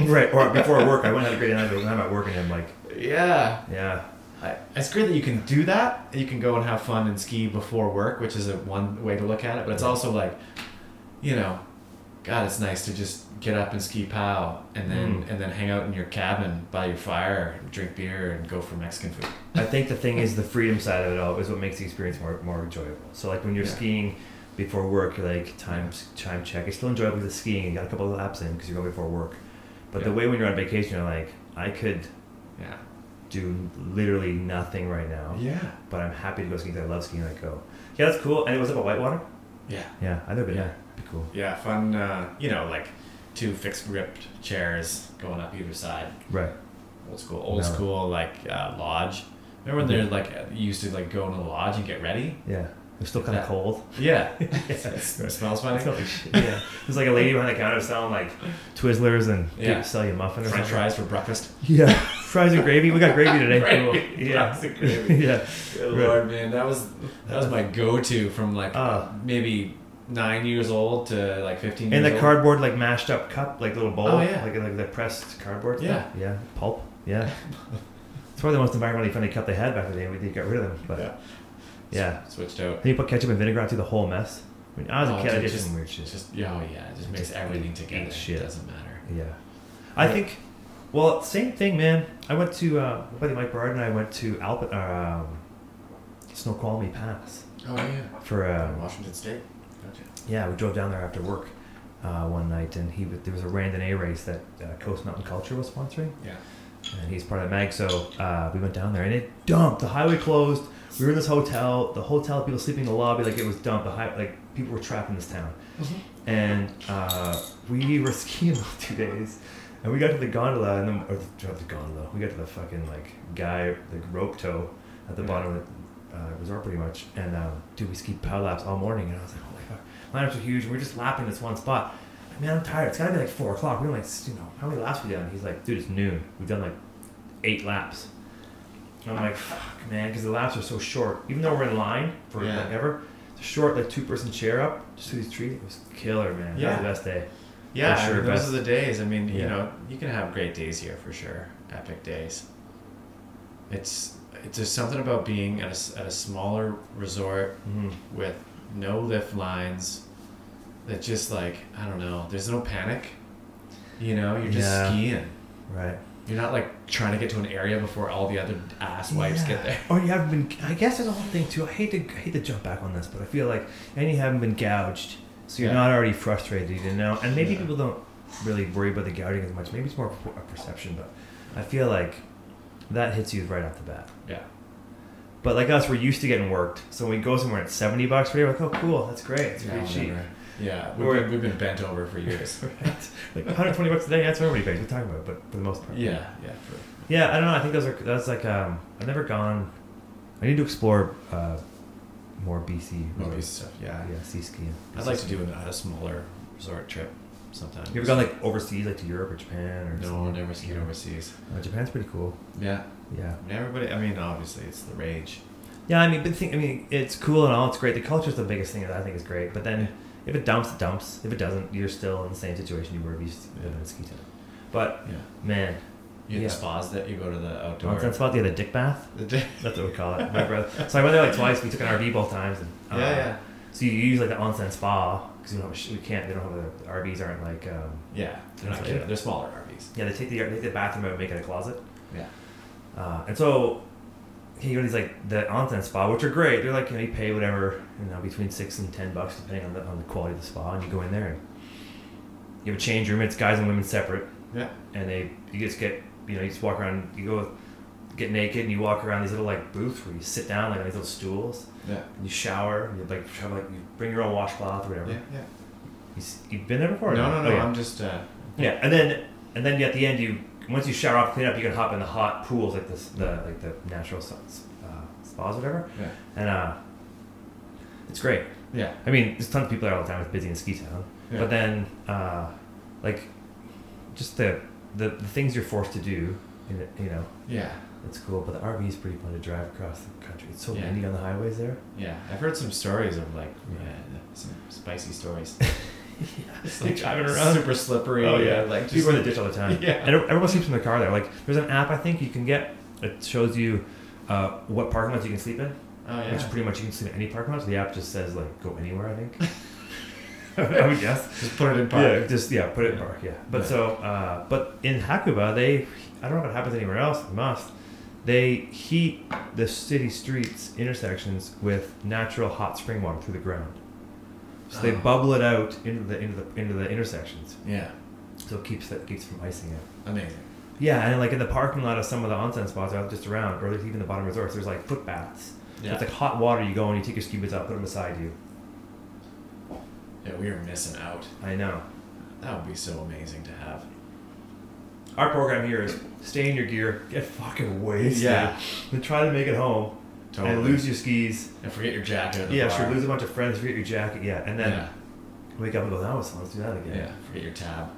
S2: right. Or before work, I went and had a great night, but when I'm at work and I'm like,
S1: Yeah,
S2: yeah,
S1: I, it's great that you can do that. and You can go and have fun and ski before work, which is a one way to look at it. But it's also like, you know, God, it's nice to just get up and ski pow, and then
S2: Mm.
S1: and then hang out in your cabin by your fire, and drink beer, and go for Mexican food.
S2: I think the thing is the freedom side of it all is what makes the experience more more enjoyable. So like when you're
S1: Yeah.
S2: skiing before work, you're like time time check. It's still enjoyable because it's skiing. You got a couple of laps in because you're going before work. But the
S1: Yeah.
S2: way when you're on vacation, you're like I could
S1: Yeah.
S2: do literally nothing right now,
S1: Yeah.
S2: but I'm happy to go skiing. 'cause I love skiing. I go. Yeah, that's cool. And it was up at Whitewater.
S1: Yeah.
S2: Yeah, I think it'd be
S1: Yeah.
S2: be cool.
S1: Yeah. Fun. Uh, you know, like two fixed gripped chairs going up either side.
S2: Right.
S1: old school old
S2: No.
S1: school like uh, lodge remember when they're like uh, you used to like go in a lodge and get ready
S2: Yeah. It was still kind of
S1: Yeah.
S2: cold.
S1: yeah
S2: Yeah.
S1: it smells
S2: It's
S1: funny
S2: not like shit. yeah. There's like a lady behind the counter selling like Twizzlers and
S1: Yeah.
S2: people sell you muffin or
S1: french
S2: something.
S1: fries for breakfast
S2: Yeah, fries and gravy. We got gravy today.
S1: Gravy,
S2: Cool. Yeah,
S1: fries and gravy.
S2: yeah.
S1: good
S2: Right.
S1: lord man that was that was my go-to from like
S2: Ah.
S1: maybe nine years old to like 15 years
S2: And the
S1: old.
S2: cardboard like mashed up cup, like little bowl,
S1: Oh, yeah.
S2: like like the pressed cardboard.
S1: Yeah.
S2: stuff. yeah, pulp. Yeah, it's probably the most environmentally friendly cup they had back in the day. We did get rid of them, but yeah.
S1: Yeah. switched out
S2: Then you put ketchup and vinegar on through the whole mess. When I was
S1: Oh,
S2: a kid, I
S1: dude,
S2: did
S1: just-
S2: some weird shit.
S1: it's just yeah oh yeah it just makes
S2: Just
S1: everything
S2: eat
S1: together
S2: shit.
S1: it doesn't matter
S2: Yeah. I
S1: Right.
S2: think, well, same thing, man. I went to, uh, my buddy Mike Berard and I went to Alp, um, Snoqualmie Pass
S1: oh yeah
S2: for, um,
S1: washington state gotcha
S2: yeah, we drove down there after work uh, one night and he w- there was a Randon A race that uh, Coast Mountain Culture was sponsoring
S1: yeah
S2: and he's part of MAG. So uh, we went down there and it dumped. The highway closed. We were in this hotel. The hotel people sleeping in the lobby like it was dumped. The high, like people were trapped in this town,
S1: Mm-hmm.
S2: and uh, we were skiing those two days. And we got to the gondola and then or the, not the gondola. We got to the fucking like guy the rope tow at the
S1: Yeah.
S2: bottom of uh, resort pretty much, and um, dude, we skied power laps all morning, and I was like, holy fuck, lineups are huge, and we're just lapping this one spot. I mean, I'm tired. It's gotta be like four o'clock. We We're like, you know, how many laps we done? He's like, dude, it's noon. We've done like eight laps. And I'm like, fuck, man, because the laps are so short. Even though we're in line for
S1: Yeah.
S2: like ever, the short like two person chair up just through these trees. It was killer, man.
S1: Yeah.
S2: That was the best day.
S1: Yeah,
S2: For
S1: I
S2: sure,
S1: mean, those
S2: but-
S1: are the days. I mean, you
S2: Yeah.
S1: know, you can have great days here for sure, epic days. It's it's just something about being at a, s- at a smaller resort
S2: Mm-hmm.
S1: with no lift lines. That just like I don't know. There's no panic. You know, you're just
S2: Yeah.
S1: skiing.
S2: Right.
S1: You're not like trying to get to an area before all the other ass wipes
S2: Yeah.
S1: get there.
S2: Or Oh, you haven't been. I guess there's a whole thing too. I hate to I hate to jump back on this, but I feel like and you haven't been gouged, so you're
S1: Yeah.
S2: not already frustrated. You know, and maybe
S1: Yeah.
S2: people don't really worry about the gouging as much. Maybe it's more per- a perception, but I feel like that hits you right off the bat.
S1: Yeah.
S2: But like us, we're used to getting worked. So when we go somewhere at seventy bucks for you, like, oh, cool, that's great. It's
S1: Yeah,
S2: pretty cheap.
S1: whatever. Yeah, we've,
S2: Or-
S1: been, we've been bent over for years.
S2: Right. Like 120 bucks a day. That's everybody pays. We're talking about, but for the most part.
S1: yeah, yeah. For,
S2: Yeah, I don't know. I think those are that's like um, I've never gone. I need to explore uh, more BC.
S1: all
S2: resorts.
S1: these stuff. Yeah.
S2: Yeah, sea skiing.
S1: I'd like to do an, a smaller resort trip sometime.
S2: You ever gone like overseas, like to Europe or Japan or?
S1: No,
S2: something?
S1: never skied overseas.
S2: Uh, Japan's pretty cool.
S1: Yeah,
S2: Yeah.
S1: I mean, everybody. I mean, obviously, it's the rage.
S2: Yeah, I mean, but think, I mean, it's cool and all. It's great. The culture's the biggest thing that I think is great. But then, if it dumps, it dumps. If it doesn't, you're still in the same situation you were if you s-
S1: Yeah.
S2: in ski town. But
S1: Yeah,
S2: man,
S1: you
S2: Yeah.
S1: the spas that you go to the outdoor.
S2: once that spot the other dick bath.
S1: the day.
S2: That's what we call it. My brother. So I went there like twice. We took an RV both times. And,
S1: Yeah,
S2: uh,
S1: yeah,
S2: So you use like the onsen spa because we don't have a sh- we can't we don't have the RVs aren't like um,
S1: yeah. They're not
S2: That's
S1: kidding.
S2: it.
S1: They're smaller RVs.
S2: yeah they take the they take the bathroom out and make it a closet.
S1: Yeah,
S2: Uh, and so he goes like the onsen spa, which are great. They're like you, know, you pay whatever you know between six and ten bucks depending on the on the quality of the spa, and you go in there and you have a change room. It's guys and women separate,
S1: yeah,
S2: and they you just get you know you just walk around. You go get naked and you walk around these little like booths where you sit down like on these little stools.
S1: yeah,
S2: And you shower. And you like have like you bring your own washcloth or whatever.
S1: yeah. yeah.
S2: You, s- you've been there before?
S1: No,
S2: or
S1: no, no.
S2: Oh, yeah.
S1: I'm just. Uh,
S2: Yeah, and then and then at the end, you once you shower off, clean up, you can hop in the hot pools like this, the like the natural s- uh, spas, or whatever,
S1: yeah,
S2: and uh, it's great.
S1: yeah,
S2: I mean, there's tons of people there all the time. It's busy in ski town,
S1: yeah.
S2: but then uh, like just the, the the things you're forced to do, in it, you know,
S1: yeah,
S2: it's cool. But the RV is pretty fun to drive across the country. It's so
S1: Yeah.
S2: windy on the highways there.
S1: yeah. I've heard some stories of like
S2: Yeah.
S1: yeah, some spicy stories. It's
S2: You're
S1: like
S2: driving around.
S1: super slippery.
S2: Oh yeah,
S1: like
S2: people are in the ditch all the time.
S1: Yeah.
S2: and everyone sleeps in the car there. Like there's an app I think you can get that shows you uh, what parking lots you can sleep in.
S1: Oh yeah.
S2: Which pretty much you can sleep in any parking lot. So the app just says like go anywhere. I think. I would guess.
S1: Just put it in park.
S2: Yeah, just yeah, put it in
S1: Yeah.
S2: park. Yeah, but
S1: Yeah.
S2: so uh, but in Hakuba they, I don't know if it happens anywhere else. It must. They heat the city streets intersections with natural hot spring water through the ground. So they
S1: Oh.
S2: bubble it out into the into the into the intersections,
S1: Yeah.
S2: so it keeps it keeps from icing out.
S1: Amazing.
S2: Yeah, and like in the parking lot of some of the onsen spots out just around, or even the bottom resorts, there's like foot baths. So
S1: Yeah.
S2: It's like hot water. You go and you take your ski boots out, put them beside you.
S1: yeah, we are missing out.
S2: I know.
S1: That would be so amazing to have.
S2: Our program here is stay in your gear, get fucking wasted,
S1: Yeah.
S2: then try to make it home
S1: Totally.
S2: and lose your skis.
S1: And forget your jacket. At the
S2: Yeah,
S1: bar.
S2: sure. Lose a bunch of friends, forget your jacket. Yeah, and then
S1: yeah.
S2: wake up and go, that was fun. Let's do that
S1: yeah.
S2: again.
S1: Forget your tab.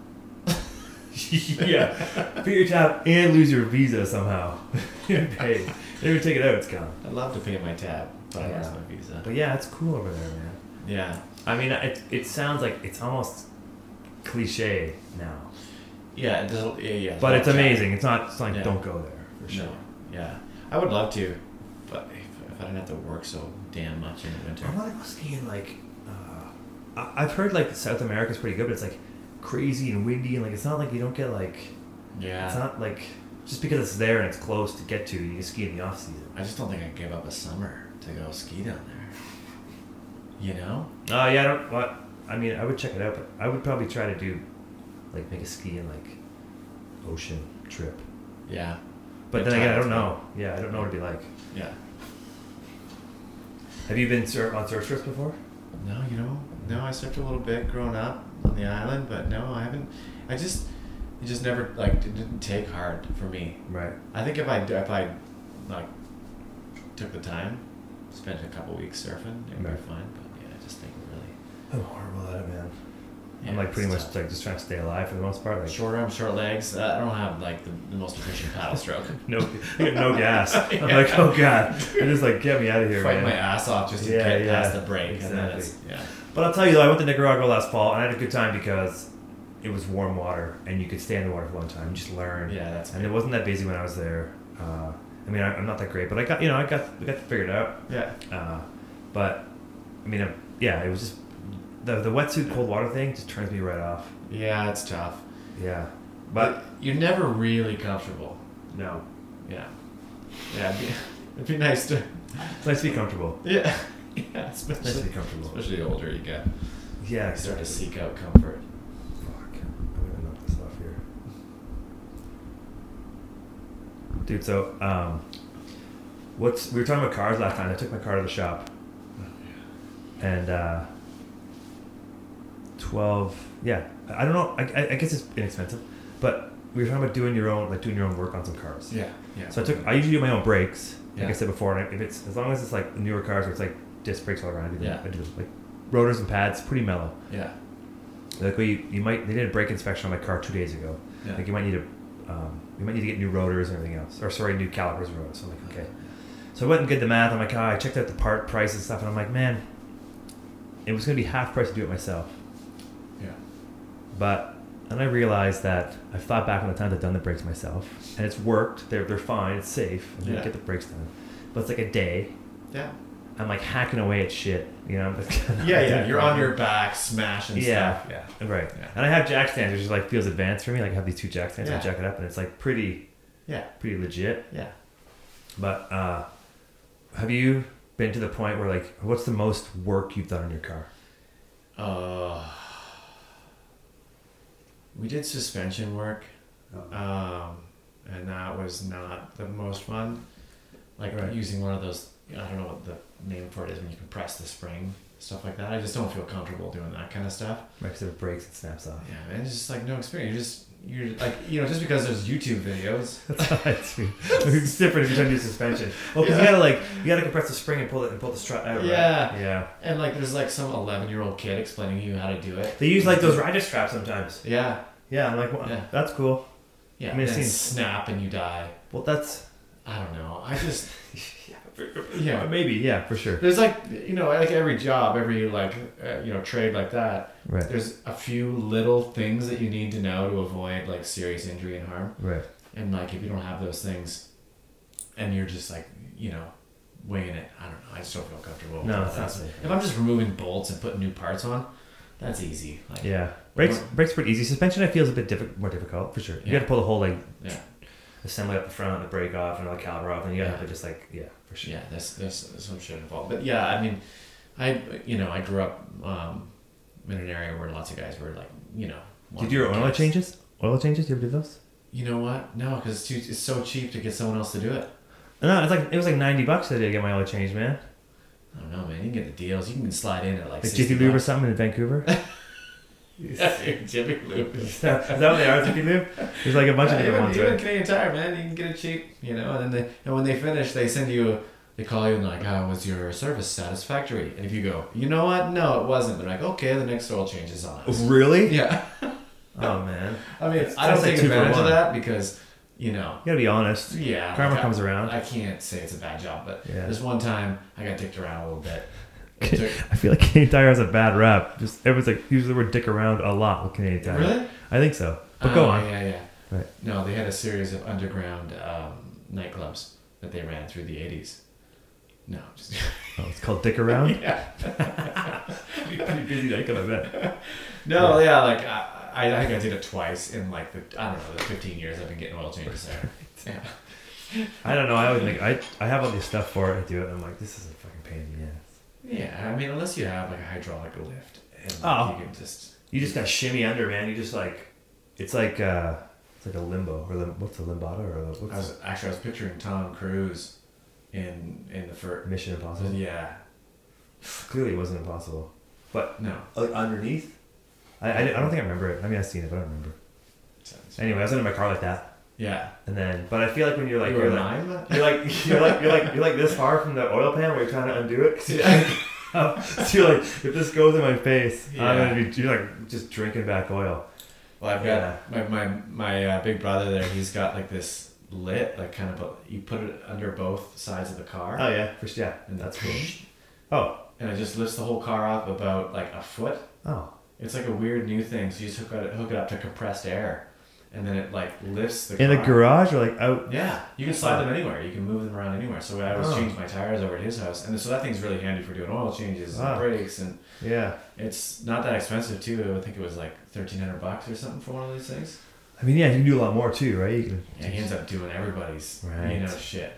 S2: Yeah, Put your tab and lose your visa somehow. And pay. They would take it out. It's gone.
S1: I'd love to pay my tab, but I
S2: Yeah.
S1: lost my visa.
S2: But yeah, it's cool over there, man.
S1: Yeah.
S2: I mean, it, it sounds like it's almost cliche now,
S1: Yeah. It doesn't, yeah. yeah
S2: but
S1: no
S2: it's
S1: tab.
S2: amazing. It's not. It's like
S1: Yeah.
S2: don't go there for sure.
S1: No. Yeah. I would love to, but if, if I didn't have to work so damn much in the
S2: I
S1: winter.
S2: want to go skiing like uh, I- I've heard like South America's pretty good, but it's like crazy and windy and like it's not like you don't get like it's
S1: Yeah.
S2: not like just because it's there and it's close to get to you can ski in the off season.
S1: I just don't think I gave up a summer to go ski down there. You know?
S2: Oh yeah, I don't. What I mean, I would check it out, but I would probably try to do like make a ski and like ocean trip.
S1: Yeah.
S2: But
S1: Good
S2: then again, I
S1: times,
S2: don't
S1: man.
S2: know. Yeah, I don't know what it'd be like.
S1: Yeah.
S2: Have you been sur- on surf trips before?
S1: No, you know, no, I surfed a little bit growing up on the island, but no, I haven't. I just, it just never like it didn't take hard for me.
S2: Right.
S1: I think if I d- if I like took the time, spent a couple weeks surfing. It would
S2: Right.
S1: be fun, but yeah, I just think it really.
S3: I'm horrible at it, man.
S1: yeah,
S2: I'm like pretty
S1: it's
S2: much
S1: tough.
S2: like just trying to stay alive for the most part. Like
S1: short arms, short legs. Uh, I don't have like the, the most efficient paddle stroke.
S2: no, I got no gas. I'm
S1: Yeah.
S2: like, oh god, and just like get me out of here,
S1: Fight
S2: man.
S1: my ass off just to
S2: Yeah,
S1: get
S2: yeah,
S1: past the break. And then it's, yeah.
S2: But I'll tell you though, I went to Nicaragua last fall and I had a good time because it was warm water and you could stay in the water for a long time and just learn.
S1: Yeah, that's
S2: And it wasn't that busy when I was there. Uh, I mean, I, I'm not that great, but I got you know I got we got to figure it out.
S1: Yeah.
S2: Uh, but I mean, i yeah, it was just the the wetsuit cold water thing just turns me right off.
S1: Yeah, it's tough.
S2: Yeah, but
S1: you're never really comfortable.
S2: no,
S1: Yeah. Yeah. It'd be, it'd be nice to.
S2: it's nice to be comfortable.
S1: Yeah. Yeah.
S2: It's nice to
S1: Especially,
S2: be comfortable.
S1: especially the older you get,
S2: Yeah,
S1: you start to
S2: exactly.
S1: seek out comfort.
S2: Fuck. I'm gonna knock this off here. Dude, so um what's we were talking about cars last time. I took my car to the shop. And uh twelve yeah. I I don't know I, I- I guess it's inexpensive, but we were talking about doing your own like doing your own work on some cars.
S1: Yeah. Yeah.
S2: So I took I usually do my own brakes, like I
S1: Yeah.
S2: said before, and if it's as long as it's like newer cars where it's like disc brakes all around, I do that.
S1: Yeah.
S2: I do like rotors and pads, pretty mellow.
S1: Yeah.
S2: Like we, you might they did a brake inspection on my car two days ago.
S1: Yeah.
S2: Like you might need to, um, you might need to get new rotors and everything else, or sorry, new calipers and rotors. So I'm like, okay. So I went and did the math on my car. I checked out the part price and stuff, and I'm like, man, it was gonna be half price to do it myself.
S1: Yeah.
S2: But then I realized that I've thought back on the times I've done the brakes myself, and it's worked. They're they're fine. It's safe. I'm gonna
S1: Yeah.
S2: get the brakes done, but it's like a day.
S1: Yeah.
S2: I'm like hacking away at shit. You know.
S1: Yeah. Yeah. You're on your back, smashing
S2: Yeah.
S1: stuff. Yeah.
S2: Right.
S1: Yeah.
S2: And I have jack stands, which is like feels advanced for me. Like I have these two jack stands, I
S1: Yeah.
S2: jack it up, and it's like pretty,
S1: Yeah.
S2: pretty legit.
S1: Yeah.
S2: But uh, have you been to the point where like, what's the most work you've done on your car?
S1: Uh, we did suspension work, um, and that was not the most fun. Like
S2: Right.
S1: using one of those, I don't know what the name for it is when you can press the spring, stuff like that. I just don't feel comfortable doing that kind of stuff.
S2: Like, 'cause if it breaks, it snaps off.
S1: Yeah, man, it's just like no experience. You're just you're like you know just because there's YouTube videos.
S2: it's it's different if you're trying to do suspension. Well, 'cause
S1: Yeah.
S2: you gotta like, you gotta compress the spring and pull it and pull the strut out. right?
S1: Yeah.
S2: Yeah.
S1: And like there's like some 11 year old kid explaining you how to do it.
S2: They use like those rider straps sometimes.
S1: Yeah,
S2: Yeah. I'm like, wow,
S1: Yeah.
S2: that's cool.
S1: yeah.
S2: I mean, I've
S1: then
S2: seen-
S1: snap and you die.
S2: Well, that's
S1: I don't know. I just yeah.
S2: maybe yeah for sure.
S1: There's like you know like every job, every like uh, you know trade like that.
S2: Right.
S1: There's a few little things that you need to know to avoid like serious injury and harm.
S2: Right.
S1: And like if you don't have those things, and you're just like you know weighing it, I don't know. I just don't feel comfortable.
S2: No,
S1: with
S2: it's
S1: that.
S2: not safe.
S1: If I'm just removing bolts and putting new parts on, that's easy. Like,
S2: Yeah, brakes
S1: Or-
S2: brakes pretty easy. Suspension I feel is a bit diffi- more difficult for sure. You
S1: Yeah.
S2: got to pull the whole like
S1: yeah,
S2: assembly up the front, the brake off, and all the caliper off, and you got to
S1: Yeah.
S2: have it just like yeah for sure.
S1: yeah. There's there's some shit involved, but yeah, I mean, I you know I grew up um, in an area where lots of guys were like you know.
S2: Did your oil
S1: wanting kids.
S2: changes? Oil changes? You ever do those?
S1: You know what? No, because it's, too- it's so cheap to get someone else to do it.
S2: No, it's like it was like ninety bucks that I did to get my oil change, man.
S1: I don't know, man. You can get the deals. You can slide in at like.
S2: It's
S1: 60
S2: Jiffy Lube or
S1: bucks.
S2: something in Vancouver.
S1: Yeah, Jiffy Lube.
S2: is that is that what they are? Jiffy Lube? There's like a bunch of
S1: Yeah, even,
S2: different ones,
S1: even
S2: right?
S1: Canadian Tire, man, you can get it cheap. You know, and then they, and when they finish, they send you. They call you and like, "How was your service satisfactory?" And if you go, "You know what? No, it wasn't." They're like, "Okay, the next oil change is on." us."
S2: Really?
S1: Yeah,
S2: Oh man,
S1: I mean,
S2: It's-
S1: I don't
S2: that's like
S1: take
S2: two for
S1: advantage of
S2: one.
S1: that because, you know,
S2: you gotta be honest.
S1: yeah,
S2: Karma
S1: like, I-
S2: comes around.
S1: I can't say it's a bad job, but
S2: Yeah.
S1: this one time I got dicked around a little bit. It
S2: Okay.
S1: took-
S2: I feel like Canadian Tire has a bad rap. Just everyone's like usually we're dick around a lot with Canadian Tire.
S1: Really?
S2: I think so. But go
S1: Oh,
S2: on.
S1: Yeah, yeah.
S2: Right.
S1: No, they had a series of underground um, nightclubs that they ran through the 80s. No, just.
S2: Oh, it's called Dick Around.
S1: yeah.
S2: pretty busy night, I bet.
S1: No, yeah, like, I, I, I think I did it twice in, like, the, I don't know, the 15 years I've been getting oil changes there. Yeah.
S2: I don't know. I always think I I have all this stuff for it. I do it. and I'm like, this is a fucking pain in the ass.
S1: Yeah, I mean, unless you have, like, a hydraulic lift and like,
S2: Oh.
S1: you can just.
S2: You just got shimmy under, man. You just like, it's like uh, it's like a limbo or lim- what's a limbada or a,
S1: I
S2: what's
S1: was, actually, I was picturing Tom Cruise in in the first.
S2: Mission Impossible?
S1: Yeah.
S2: Clearly, it wasn't impossible. But
S1: No.
S2: like underneath, I, I, I don't think I remember it. I mean, I've seen it, but I don't remember.
S1: It's-
S2: Anyway, I was under my car like that,
S1: Yeah.
S2: and then but I feel like when you're like
S1: you
S2: you
S1: were
S2: are like
S1: nine that?
S2: you're like you're like you're like you're like this far from the oil pan where you're trying to undo it. 'cause you're- so you're like, if this goes in my face, I'm
S1: Yeah.
S2: gonna be you're like just drinking back oil.
S1: Well, I've got
S2: Yeah.
S1: my my my uh, big brother there. He's got like this lit, like kind of a, you put it under both sides of the car,
S2: Oh yeah, for sure. Yeah,
S1: and
S2: that's cool.
S1: and it just lifts the whole car up about like a foot.
S2: Oh,
S1: It's like a weird new thing. So you just hook it hook it up to compressed air, and then it like lifts the
S2: in the
S1: car.
S2: garage or like out?
S1: Yeah, you can slide them anywhere. You can move them around anywhere. So I always
S2: Oh.
S1: change my tires over at his house, and so that thing's really handy for doing oil changes
S2: Wow.
S1: and brakes, and
S2: Yeah.
S1: it's not that expensive too. I think it was like thirteen hundred bucks or something for one of these things.
S2: I mean, yeah, you can do a lot more too, right? You can,
S1: Yeah, he ends up doing everybody's
S2: Right.
S1: you know shit.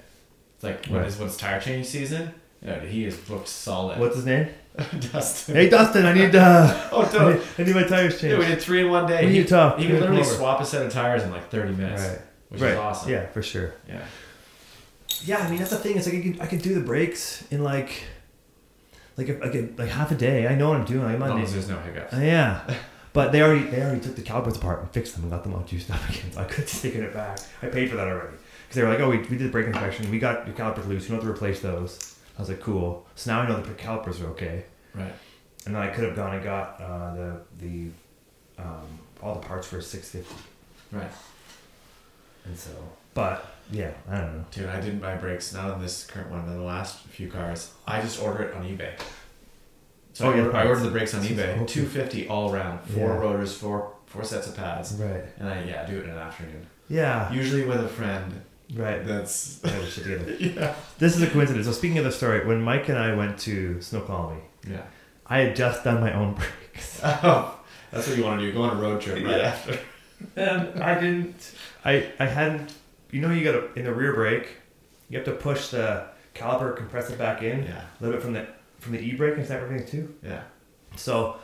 S1: It's like when
S2: Right.
S1: it's when it's tire change season, yeah, he is booked solid.
S2: What's his name?
S1: Dustin?
S2: Hey, Dustin, I need uh,
S1: Oh,
S2: I
S1: don't.
S2: need, I need my tires
S1: Yeah, we
S2: changed.
S1: did three in one day.
S2: We
S1: he
S2: need to talk.
S1: he
S2: We need
S1: could
S2: to
S1: literally
S2: come over.
S1: swap a set of tires in like thirty minutes,
S2: Right.
S1: which
S2: right.
S1: is awesome.
S2: Yeah, for sure.
S1: yeah.
S2: Yeah, I mean that's the thing. It's like I could, I could do the brakes in like, like a, like, a, like half a day. I know what I'm doing. I'm
S1: As
S2: not.
S1: long as there's no hiccups.
S2: Uh, yeah, but they already they already took the cowbirds apart and fixed them and got them all juiced up again. So I could have taken it back. I paid for that already because they were like, oh, we, we did the brake inspection. We got your calipers loose. You don't have to replace those. I was like, cool. So now I know the calipers are okay.
S1: Right.
S2: And then I could have gone and got uh, the the um, all the parts for six fifty.
S1: Right.
S2: And so, but yeah, I don't know.
S1: Dude, I didn't buy brakes, not on this current one, but on the last few cars. I just order it on eBay. So
S2: Oh,
S1: I,
S2: yeah,
S1: order, I
S2: parts.
S1: ordered the brakes on
S2: This is
S1: eBay.
S2: awesome.
S1: Two fifty all around. Four
S2: Yeah.
S1: rotors, four four sets of pads.
S2: Right.
S1: And I yeah, do it in an afternoon.
S2: Yeah.
S1: Usually with a friend.
S2: right.
S1: That's
S2: I have this shit together.
S1: yeah.
S2: This is a coincidence. So speaking of the story, when Mike and I went to Snow Colony,
S1: Yeah.
S2: I had just done my own brakes.
S1: Oh, that's what you want to do. Go on a road trip right
S2: Yeah.
S1: after.
S2: And I didn't. I I hadn't. You know, you got to in the rear brake. You have to push the caliper, compress it back in
S1: Yeah.
S2: a little bit from the from the e brake and snap everything too.
S1: Yeah.
S2: So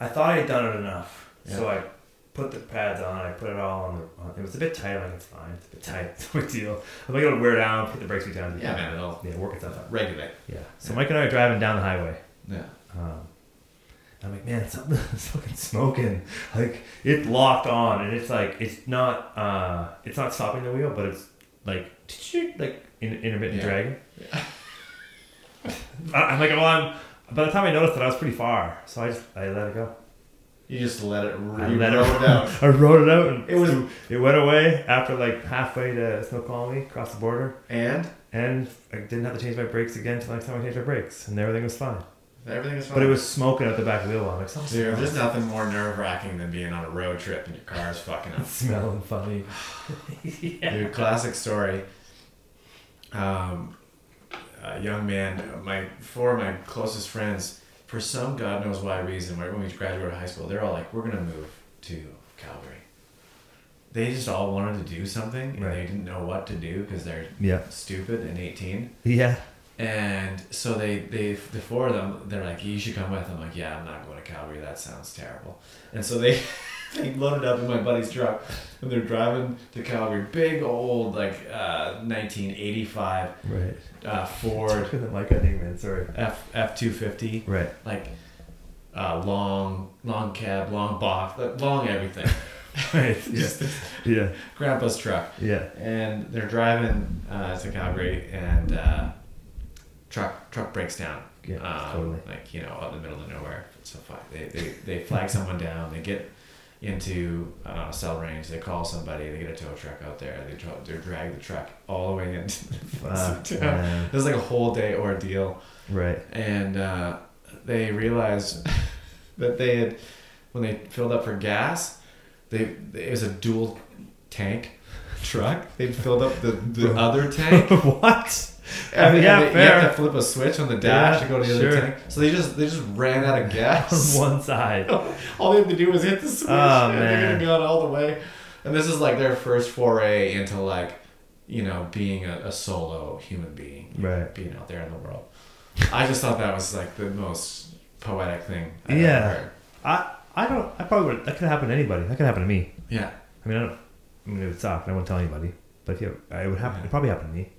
S2: I thought I had done it enough. So
S1: Yeah.
S2: I put the pads on. I put it all on the. On, it was a bit tight. I'm like, it's fine. It's a bit tight. It's no big deal. I'm like, it'll wear down. Hit the brakes few times.
S1: Yeah, man, it'll
S2: Yeah, work itself out.
S1: regulate.
S2: Yeah. So Mike and I are driving down the highway.
S1: Yeah.
S2: Um, and I'm like, man, something's fucking smoking. Like it locked on, and it's like it's not uh, it's not stopping the wheel, but it's like like in, intermittent
S1: Yeah.
S2: dragging. I- I'm like, well, I'm. By the time I noticed that, I was pretty far, so I just I let it go.
S1: You just let it
S2: I
S1: re-
S2: let it
S1: roll down.
S2: I rode it out, and
S1: It was
S2: it went away after like halfway to Snoqualmie, across the border,
S1: and
S2: and I didn't have to change my brakes again till the next time I changed my brakes, and everything was fine.
S1: everything was fine.
S2: But it was smoking out the back wheel. I'm like, something's
S1: Dude, there's nothing more nerve wracking than being on a road trip and your car's fucking up.
S2: smelling funny.
S1: Dude, classic story. Um, a young man, my four of my closest friends, for some god knows why reason, right when we graduated high school, they're all like, "We're gonna move to Calgary." They just all wanted to do something, and
S2: Right.
S1: they didn't know what to do because they're
S2: Yeah.
S1: stupid and eighteen.
S2: Yeah.
S1: And so they, they, the four of them, they're like, you should come with. I'm like, yeah, I'm not going to Calgary. That sounds terrible. And so they, they loaded up in my buddy's truck and they're driving to Calgary. Big old, like, uh, 1985
S2: Right.
S1: uh, Ford
S2: like I think, man. Sorry.
S1: F, F250.
S2: Right.
S1: Like, uh, long, long cab, long box, like, long everything.
S2: Right.
S1: Just this
S2: Yeah.
S1: grandpa's truck.
S2: Yeah.
S1: and they're driving uh, to Calgary, and uh, truck truck breaks down.
S2: Yeah,
S1: um,
S2: totally.
S1: Like you know, out in the middle of nowhere. So fuck, they they, they flag someone down. They get into uh, cell range. They call somebody. They get a tow truck out there. They tow, they drag the truck all the way into.
S2: Fuck,
S1: Sit down.
S2: man.
S1: It was like a whole day ordeal,
S2: Right.
S1: and uh, they realized that they had when they filled up for gas. They it was a dual tank truck. They filled up the, the other tank.
S2: what?
S1: I mean,
S2: Yeah,
S1: they, You
S2: fair.
S1: have to flip a switch on the dash
S2: Yeah,
S1: to go to the other
S2: sure.
S1: tank. So they just they just ran out of
S2: On
S1: gas.
S2: one side.
S1: all they had to do was hit the switch,
S2: Oh,
S1: and
S2: man.
S1: they got all the way. And this is like their first foray into like, you know, being a, a solo human being,
S2: Right.
S1: being out there in the world. I just thought that was like the most poetic thing. I've
S2: Yeah.
S1: Ever heard.
S2: I I don't. I probably would. That could happen to anybody. That could happen to me.
S1: Yeah.
S2: I mean, I don't. I mean, it would suck. and I wouldn't tell anybody. But yeah, it would happen. It probably happened to me.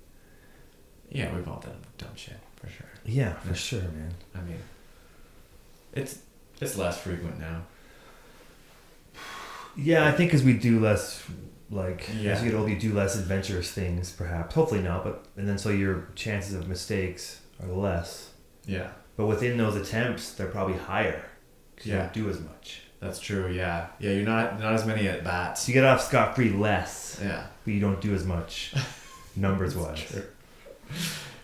S1: Yeah, we've all done dumb shit for sure.
S2: Yeah, for sure, man.
S1: I mean, it's it's less frequent now.
S2: Yeah, I think as we do less like
S1: Yeah.
S2: as you get older you do less adventurous things perhaps hopefully not but and then so your chances of mistakes are less
S1: Yeah,
S2: but within those attempts they're probably higher 'cause
S1: Yeah.
S2: you don't do as much
S1: that's true. Yeah, yeah. You're not not as many at bats.
S2: so you get off scot-free less
S1: Yeah,
S2: but you don't do as much numbers wise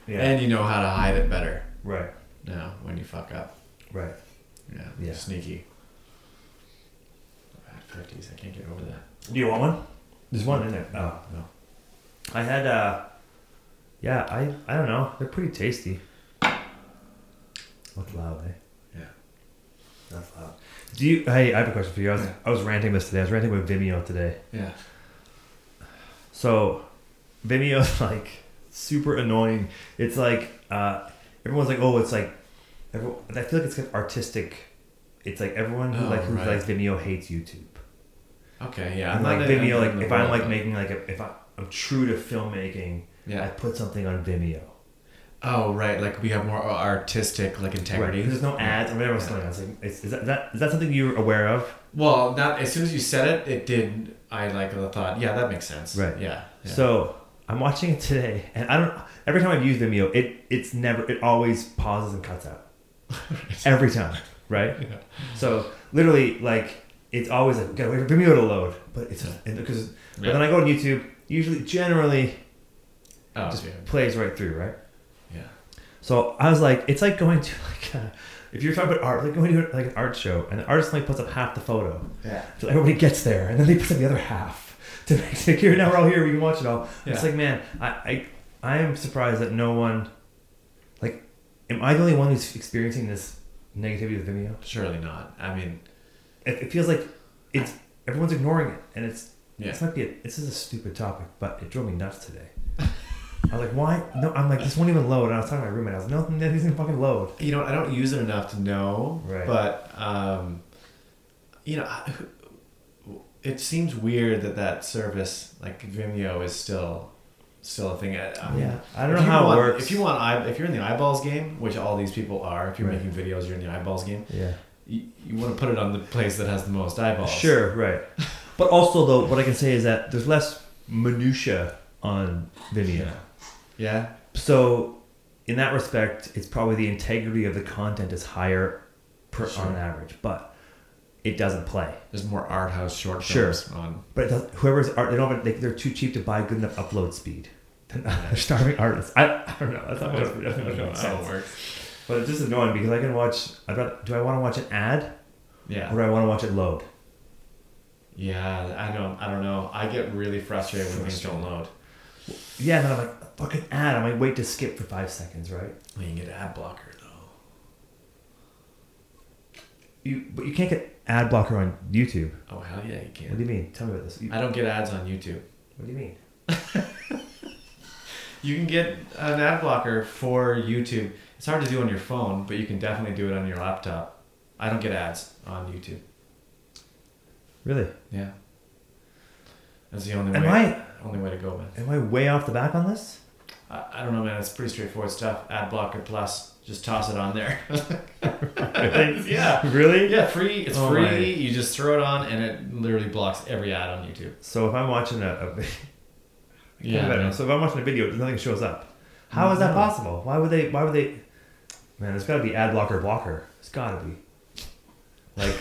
S2: yeah
S1: and you know how to hide it better
S2: right
S1: now when you fuck up.
S2: right
S1: Yeah,
S2: Yeah.
S1: sneaky. Bad Fifties. I can't get over that.
S2: do you want one there's one in there oh
S1: no.
S2: I had uh yeah, I I don't know. They're pretty tasty. What's loud, eh?
S1: Yeah.
S2: That's loud. Do you hey, I have a question for you. I was
S1: Yeah.
S2: I was ranting this today. I was ranting with Vimeo today.
S1: Yeah.
S2: So Vimeo's like super annoying. It's like uh everyone's like, "Oh, it's like everyone, I feel like it's got artistic it's like everyone who
S1: Oh,
S2: like who
S1: right.
S2: likes Vimeo hates YouTube.
S1: Okay. Yeah.
S2: I'm
S1: not
S2: like
S1: in-
S2: Vimeo
S1: I'm
S2: like
S1: in the
S2: if I'm
S1: world,
S2: like
S1: but-
S2: making like a, if I, I'm true to filmmaking, I
S1: Yeah.
S2: put something on Vimeo.
S1: Oh right. Like we have more artistic like integrity.
S2: Right, 'cause there's no ads or whatever else going on. It's like, it's, is, that, that, is that something you're aware of?
S1: Well, not as soon as you said it, it did. I like thought. Yeah, that makes sense.
S2: Right.
S1: Yeah. yeah.
S2: So I'm watching it today, and I don't. Every time I've used Vimeo, it it's never. It always pauses and cuts out. every time, right?
S1: Yeah.
S2: So literally, like it's always like we gotta wait for Vimeo to load, but it's and because. But then I go on YouTube. Usually, generally,
S1: oh,
S2: just
S1: yeah.
S2: plays right through, right?
S1: yeah.
S2: So I was like, it's like going to like. A, if you're talking about art, like going to like an art show, and the artist only puts up half the photo.
S1: Yeah.
S2: So everybody gets there, and then they put up the other half to make it here. Now we're all here. We can watch it all. It's
S1: Yeah.
S2: like, man, I, I, I am surprised that no one, like, am I the only one who's experiencing this negativity with Vimeo?
S1: Surely not. I mean,
S2: It, it feels like it's everyone's ignoring it, and it's
S1: yeah.
S2: this might be a, this is a stupid topic, but it drove me nuts today. I was like, why? No, I'm like, this won't even load. And I was talking to my roommate. I was like, no, this isn't fucking load.
S1: You know, I don't use it enough to know,
S2: Right.
S1: but um, you know, I- it seems weird that that service like Vimeo is still still a thing. I, I mean,
S2: Yeah, I don't
S1: if
S2: know
S1: you
S2: how it
S1: want-
S2: works.
S1: If you want, eye- if you're in the eyeballs game, which all these people are, if you're
S2: Right.
S1: making videos, you're in the eyeballs game.
S2: yeah.
S1: You, you want to put it on the place that has the most eyeballs.
S2: Sure, right. But also, though, what I can say is that there's less minutia on Vimeo.
S1: Yeah. Yeah.
S2: So, in that respect, it's probably the integrity of the content is higher per,
S1: Sure.
S2: on average, but it doesn't play.
S1: There's more art house short
S2: Sure.
S1: films on.
S2: But it does, whoever's art, they don't. Have, they, they're too cheap to buy good enough upload speed. They're starving artists. I, I don't know. That's not what it- that's not what it makes sense.
S1: works.
S2: But it's just annoying because I can watch. I'd rather, do I want to watch an ad
S1: Yeah.
S2: or do I want to watch it load?
S1: Yeah, I don't. I don't know. I get really frustrated when things don't load.
S2: Yeah, and then I'm like, fucking ad. I might wait to skip for five seconds, right?
S1: You can get an ad blocker though.
S2: You, but you can't get ad blocker on YouTube.
S1: Oh hell yeah, you
S2: What
S1: can.
S2: do you mean? Tell me about this. You-
S1: I don't get ads on YouTube.
S2: what do you mean?
S1: You can get an ad blocker for YouTube. It's hard to do on your phone, but you can definitely do it on your laptop. I don't get ads on YouTube.
S2: Really?
S1: Yeah, that's the only
S2: Am
S1: way.
S2: I
S1: Only way to go, man.
S2: am I way off the back on this?
S1: I, I don't know, man. It's pretty straightforward stuff. Ad blocker plus, just toss it on there. yeah.
S2: Really?
S1: Yeah, free. It's
S2: Oh
S1: free.
S2: my.
S1: You just throw it on, and it literally blocks every ad on YouTube.
S2: So if I'm watching a, a
S1: Yeah, man.
S2: so if I'm watching a video, nothing shows up. How is that
S1: No.
S2: possible? Why would they? Why would they? Man, there's got to be ad blocker blocker. It's got to be. Like,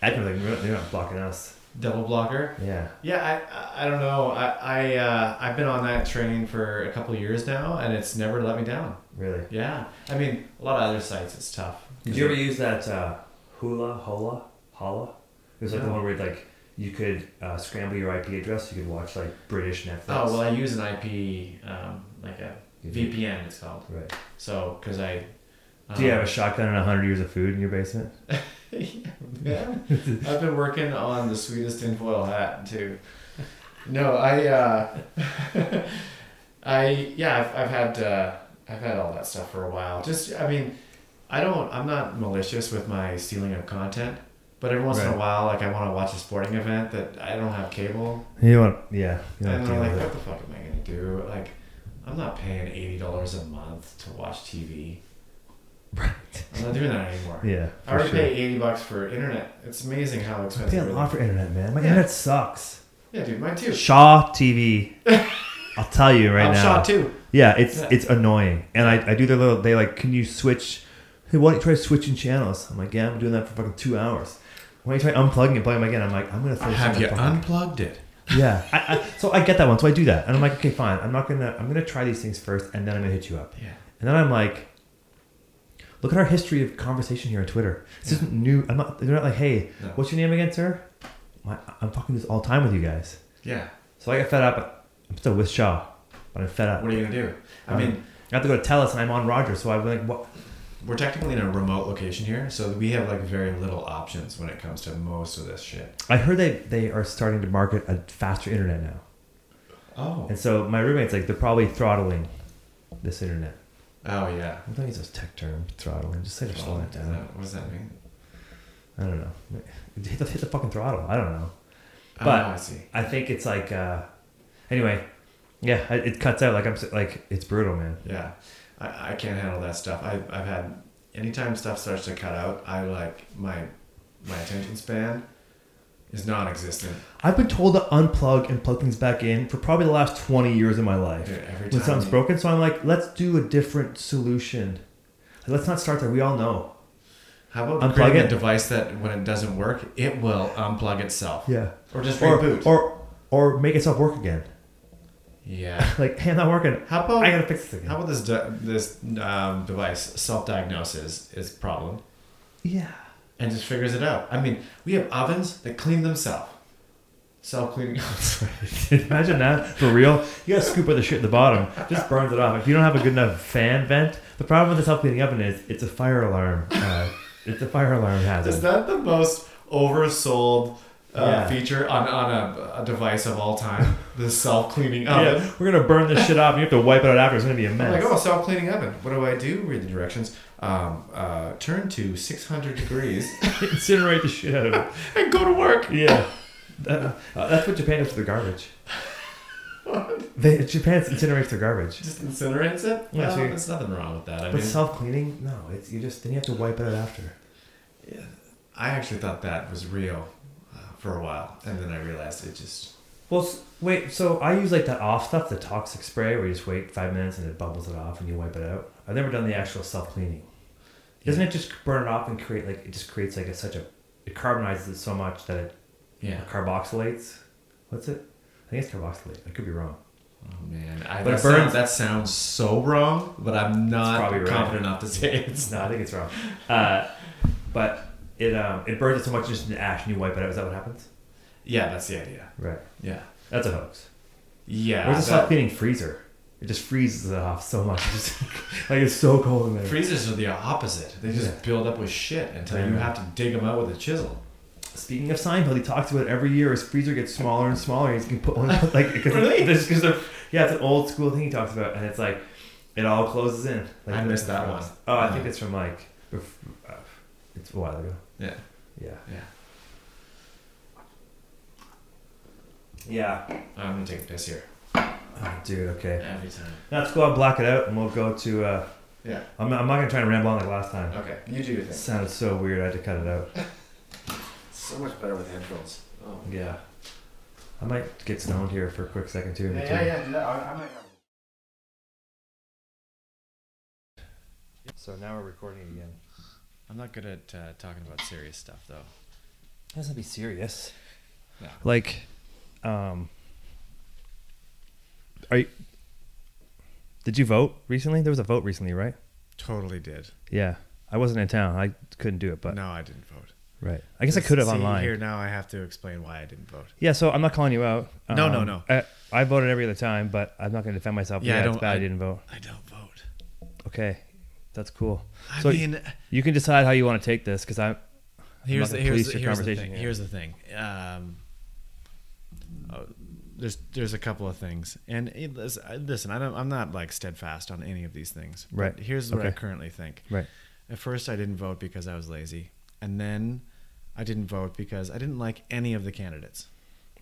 S2: ad like "We're not- they're not blocking us.
S1: Double blocker.
S2: Yeah.
S1: Yeah, I, I- I don't know. I, I uh, I've been on that train for a couple years now, and it's never let me down.
S2: Really.
S1: Yeah, I mean, a lot of other sites, it's tough.
S2: Did you ever use that uh, hula hola holla? It was like the
S1: No.
S2: one where like you could uh, scramble your IP address. You could watch like British Netflix.
S1: Oh well, I use an IP, um, like a
S2: You did.
S1: VPN, it's called.
S2: Right.
S1: So, cause I. Um,
S2: Do you have a shotgun and hundred years of food in your basement?
S1: yeah, I've been working on the sweetest tinfoil hat too. No, I, uh, I yeah, I've, I've had uh, I've had all that stuff for a while. Just I mean, I don't I'm not malicious with my stealing of content, but every once in
S2: Right.
S1: a while, like I want to watch a sporting event that I don't have cable,
S2: You want? Yeah. You don't
S1: and
S2: deal
S1: I'm like,
S2: with it.
S1: what the fuck am I gonna do? Like, I'm not paying eighty dollars a month to watch TV.
S2: Right.
S1: I'm not doing that anymore.
S2: Yeah.
S1: I already pay eighty bucks for internet. It's amazing how
S2: I pay
S1: expensive.
S2: a lot for internet, man. My
S1: Yeah.
S2: internet sucks.
S1: Yeah, dude, mine too.
S2: Shaw TV. I'll tell you right
S1: I'm
S2: now.
S1: shot too.
S2: Yeah, it's
S1: Yeah.
S2: it's annoying, and I, I do their little. They like, can you switch? Hey, why don't you try switching channels? I'm like, yeah, I'm doing that for fucking two hours. Why don't you try unplugging and plugging them again? I'm like, I'm gonna throw
S1: Have
S2: something
S1: you
S2: fucking-
S1: unplugged it?
S2: Yeah, I, I, so I get that one, so I do that, and I'm like, okay, fine. I'm not gonna. I'm gonna try these things first, and then I'm gonna hit you up.
S1: Yeah.
S2: And then I'm like, look at our history of conversation here on Twitter. This isn't new. I'm not. They're not like, hey,
S1: No.
S2: what's your name again, sir? My, I'm fucking this all the time with you guys.
S1: Yeah.
S2: So I got fed up. I'm still with Shaw, but I'm fed up.
S1: What are you gonna do? I
S2: Um,
S1: mean,
S2: I have to go to Telus, and I'm on Rogers, so I'm like, what?
S1: we're technically in a remote location here, so we have like very little options when it comes to most of this shit.
S2: I heard they they are starting to market a faster internet now,
S1: Oh.
S2: and so my roommate's like, they're probably throttling this internet.
S1: Oh yeah.
S2: I don't use those tech terms, throttling. Just say they're slowing it down.
S1: What does that mean?
S2: I don't know. Hit the, hit the fucking throttle. I don't know.
S1: Oh,
S2: But-
S1: I see.
S2: I think it's like, uh, anyway, yeah, I- it cuts out. Like I'm s- like it's brutal, man.
S1: Yeah, I, I can't handle that stuff. I, I've had anytime stuff starts to cut out, I like my my attention span is non-existent.
S2: I've been told to unplug and plug things back in for probably the last 20 years of my life.
S1: Dude, every
S2: when
S1: time
S2: something's
S1: you-
S2: broken, so I'm like, let's do a different solution. Let's not start there. We all know.
S1: How about
S2: Unplug
S1: creating
S2: it.
S1: a device that when it doesn't work, it will unplug itself?
S2: Yeah.
S1: Or just
S2: Or
S1: reboot.
S2: or or make itself work again.
S1: yeah.
S2: Like, hey, I'm not working.
S1: How about
S2: I gotta fix this again.
S1: how about this de- this um, device self-diagnoses its problem
S2: yeah.
S1: and just figures it out? I mean, we have ovens that clean themselves, self-cleaning ovens.
S2: Imagine that for real. You gotta scoop out the shit at the bottom. Just burns it off. If you don't have a good enough fan vent, the problem with the self cleaning oven is it's a fire alarm. Uh, it's a fire alarm
S1: Is
S2: hazard.
S1: that the most oversold uh,
S2: Yeah.
S1: feature on, on a, a device of all time? the self cleaning oven.
S2: yeah, we're gonna burn this shit off. and You have to wipe it out after. It's gonna be a
S1: I'm like,
S2: mess.
S1: oh, self cleaning oven. What do I do? Read the directions. Um, uh, turn to 600 degrees
S2: Incinerate the shit out of it.
S1: and go to work.
S2: Yeah. Uh, uh, that's what Japan does to their garbage. They, Japan incinerates their garbage.
S1: Just incinerates it.
S2: Yeah,
S1: Well,
S2: so you-
S1: there's nothing wrong with that. I
S2: But
S1: mean,
S2: self cleaning? No, it's you just then you have to wipe it out after.
S1: I actually thought that was real uh, for a while, and then I realized it just.
S2: Well, s- wait. So I use like that off stuff, the toxic spray, where you just wait five minutes and it bubbles it off and you wipe it out. I've never done the actual self cleaning. Doesn't it just burn it off and create like it just creates like a, such a it carbonizes it so much that it
S1: Yeah.
S2: carboxylates? What's it? I think it's carboxylate. I could be wrong.
S1: Oh man, I,
S2: But
S1: that,
S2: it burns-
S1: sounds, that sounds so wrong, but I'm not
S2: probably right.
S1: confident enough to say it's
S2: No, I think it's wrong. Uh, but it um, it burns it so much just in ash and you wipe it out. Is that what happens?
S1: Yeah, that's the idea.
S2: Right.
S1: Yeah.
S2: That's a hoax.
S1: Yeah. uh,
S2: Where's the
S1: that-
S2: self cleaning freezer? It just freezes it off so much. It's just, like it's so cold in there.
S1: Freezers are the opposite. They just
S2: Yeah.
S1: build up with shit until
S2: Yeah.
S1: you have to dig them out with a chisel.
S2: Speaking of Seinfeld, he talks about every year his freezer gets smaller and smaller. He's gonna put one like because
S1: Really?
S2: this- 'cause they're yeah, it's an old school thing he talks about, and it's like it all closes in. Like,
S1: I missed that
S2: from-
S1: one.
S2: Oh, I
S1: Yeah.
S2: think it's from like bef- uh, it's a while ago.
S1: Yeah.
S2: Yeah,
S1: Yeah.
S2: yeah.
S1: I'm gonna take a piss here
S2: Oh, dude, okay.
S1: every time.
S2: Let's go and black it out, and we'll go to. Uh,
S1: Yeah.
S2: I'm, I'm not gonna try and ramble on like last time.
S1: Okay. You do your
S2: It
S1: thing.
S2: sounded so weird. I had to cut it out.
S1: So much better with hand rolls. Oh.
S2: Yeah. I might get stoned here for a quick second too. in
S3: Yeah,
S2: between.
S3: yeah, yeah. do that. I, I might have.
S2: So now we're recording again.
S1: I'm not good at uh, talking about serious stuff though.
S2: It doesn't be serious.
S1: No.
S2: Like, um, are you? Did you vote recently? There was a vote recently, right?
S1: Totally did.
S2: Yeah, I wasn't in town. I couldn't do it, but
S1: no, I didn't vote.
S2: right. I guess I could have
S1: See,
S2: online.
S1: Here now, I have to explain why I didn't vote.
S2: Yeah, so I'm not calling you out. Um,
S1: No, no, no.
S2: I, I voted every other time, but I'm not going to defend myself.
S1: Yeah, I
S2: Yeah, it's
S1: don't-
S2: bad I,
S1: I-
S2: didn't vote.
S1: I don't vote.
S2: Okay, that's cool.
S1: I
S2: So-
S1: mean,
S2: You can decide how you want to take this because I'm.
S1: here's
S2: not
S1: the,
S2: gonna
S1: here's,
S2: police
S1: the,
S2: your
S1: here's the
S2: conversation
S1: thing.
S2: here.
S1: Here's the thing. Um, uh, there's there's a couple of things, and it, lis- I- listen, I don't, I'm not like steadfast on any of these things. but
S2: Right.
S1: Here's what I
S2: Okay.
S1: currently think.
S2: Right.
S1: At first, I didn't vote because I was lazy, and then I didn't vote because I didn't like any of the candidates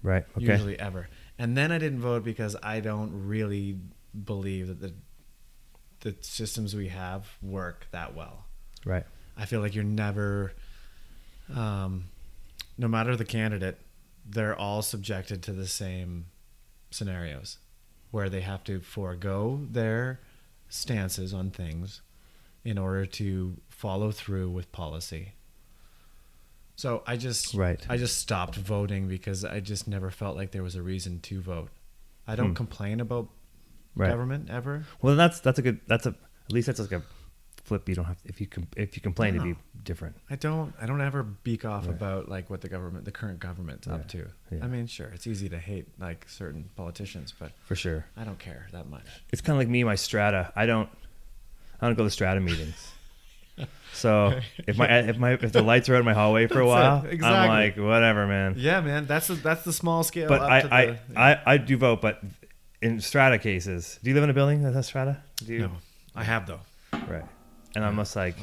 S2: Right. Okay.
S1: usually ever. And then I didn't vote because I don't really believe that the the systems we have work that well.
S2: Right.
S1: I feel like you're never, um, no matter the candidate, they're all subjected to the same scenarios where they have to forego their stances on things in order to follow through with policy. So I just
S2: Right.
S1: I just stopped voting because I just never felt like there was a reason to vote. I don't
S2: Hmm.
S1: complain about
S2: Right.
S1: government ever.
S2: Well, then that's that's a good. That's a at least that's like a flip. You don't have if you com- if you complain, it'd be different.
S1: I don't I don't ever beak off about like what the government the current government's up to.
S2: Yeah.
S1: I mean, sure, it's easy to hate like certain politicians, but
S2: For sure.
S1: I don't care that much.
S2: It's kind of like me and my strata. I don't I don't go to strata meetings. So if my if my if the lights are out in my hallway for a while, I'm
S1: exactly.
S2: like whatever, man.
S1: Yeah, man, that's the, that's the small scale.
S2: but
S1: up
S2: I
S1: to
S2: I,
S1: the,
S2: I I do vote, but in strata cases, do you live in a building that has strata? Do you?
S1: no, I have though.
S2: Right. And I'm just like,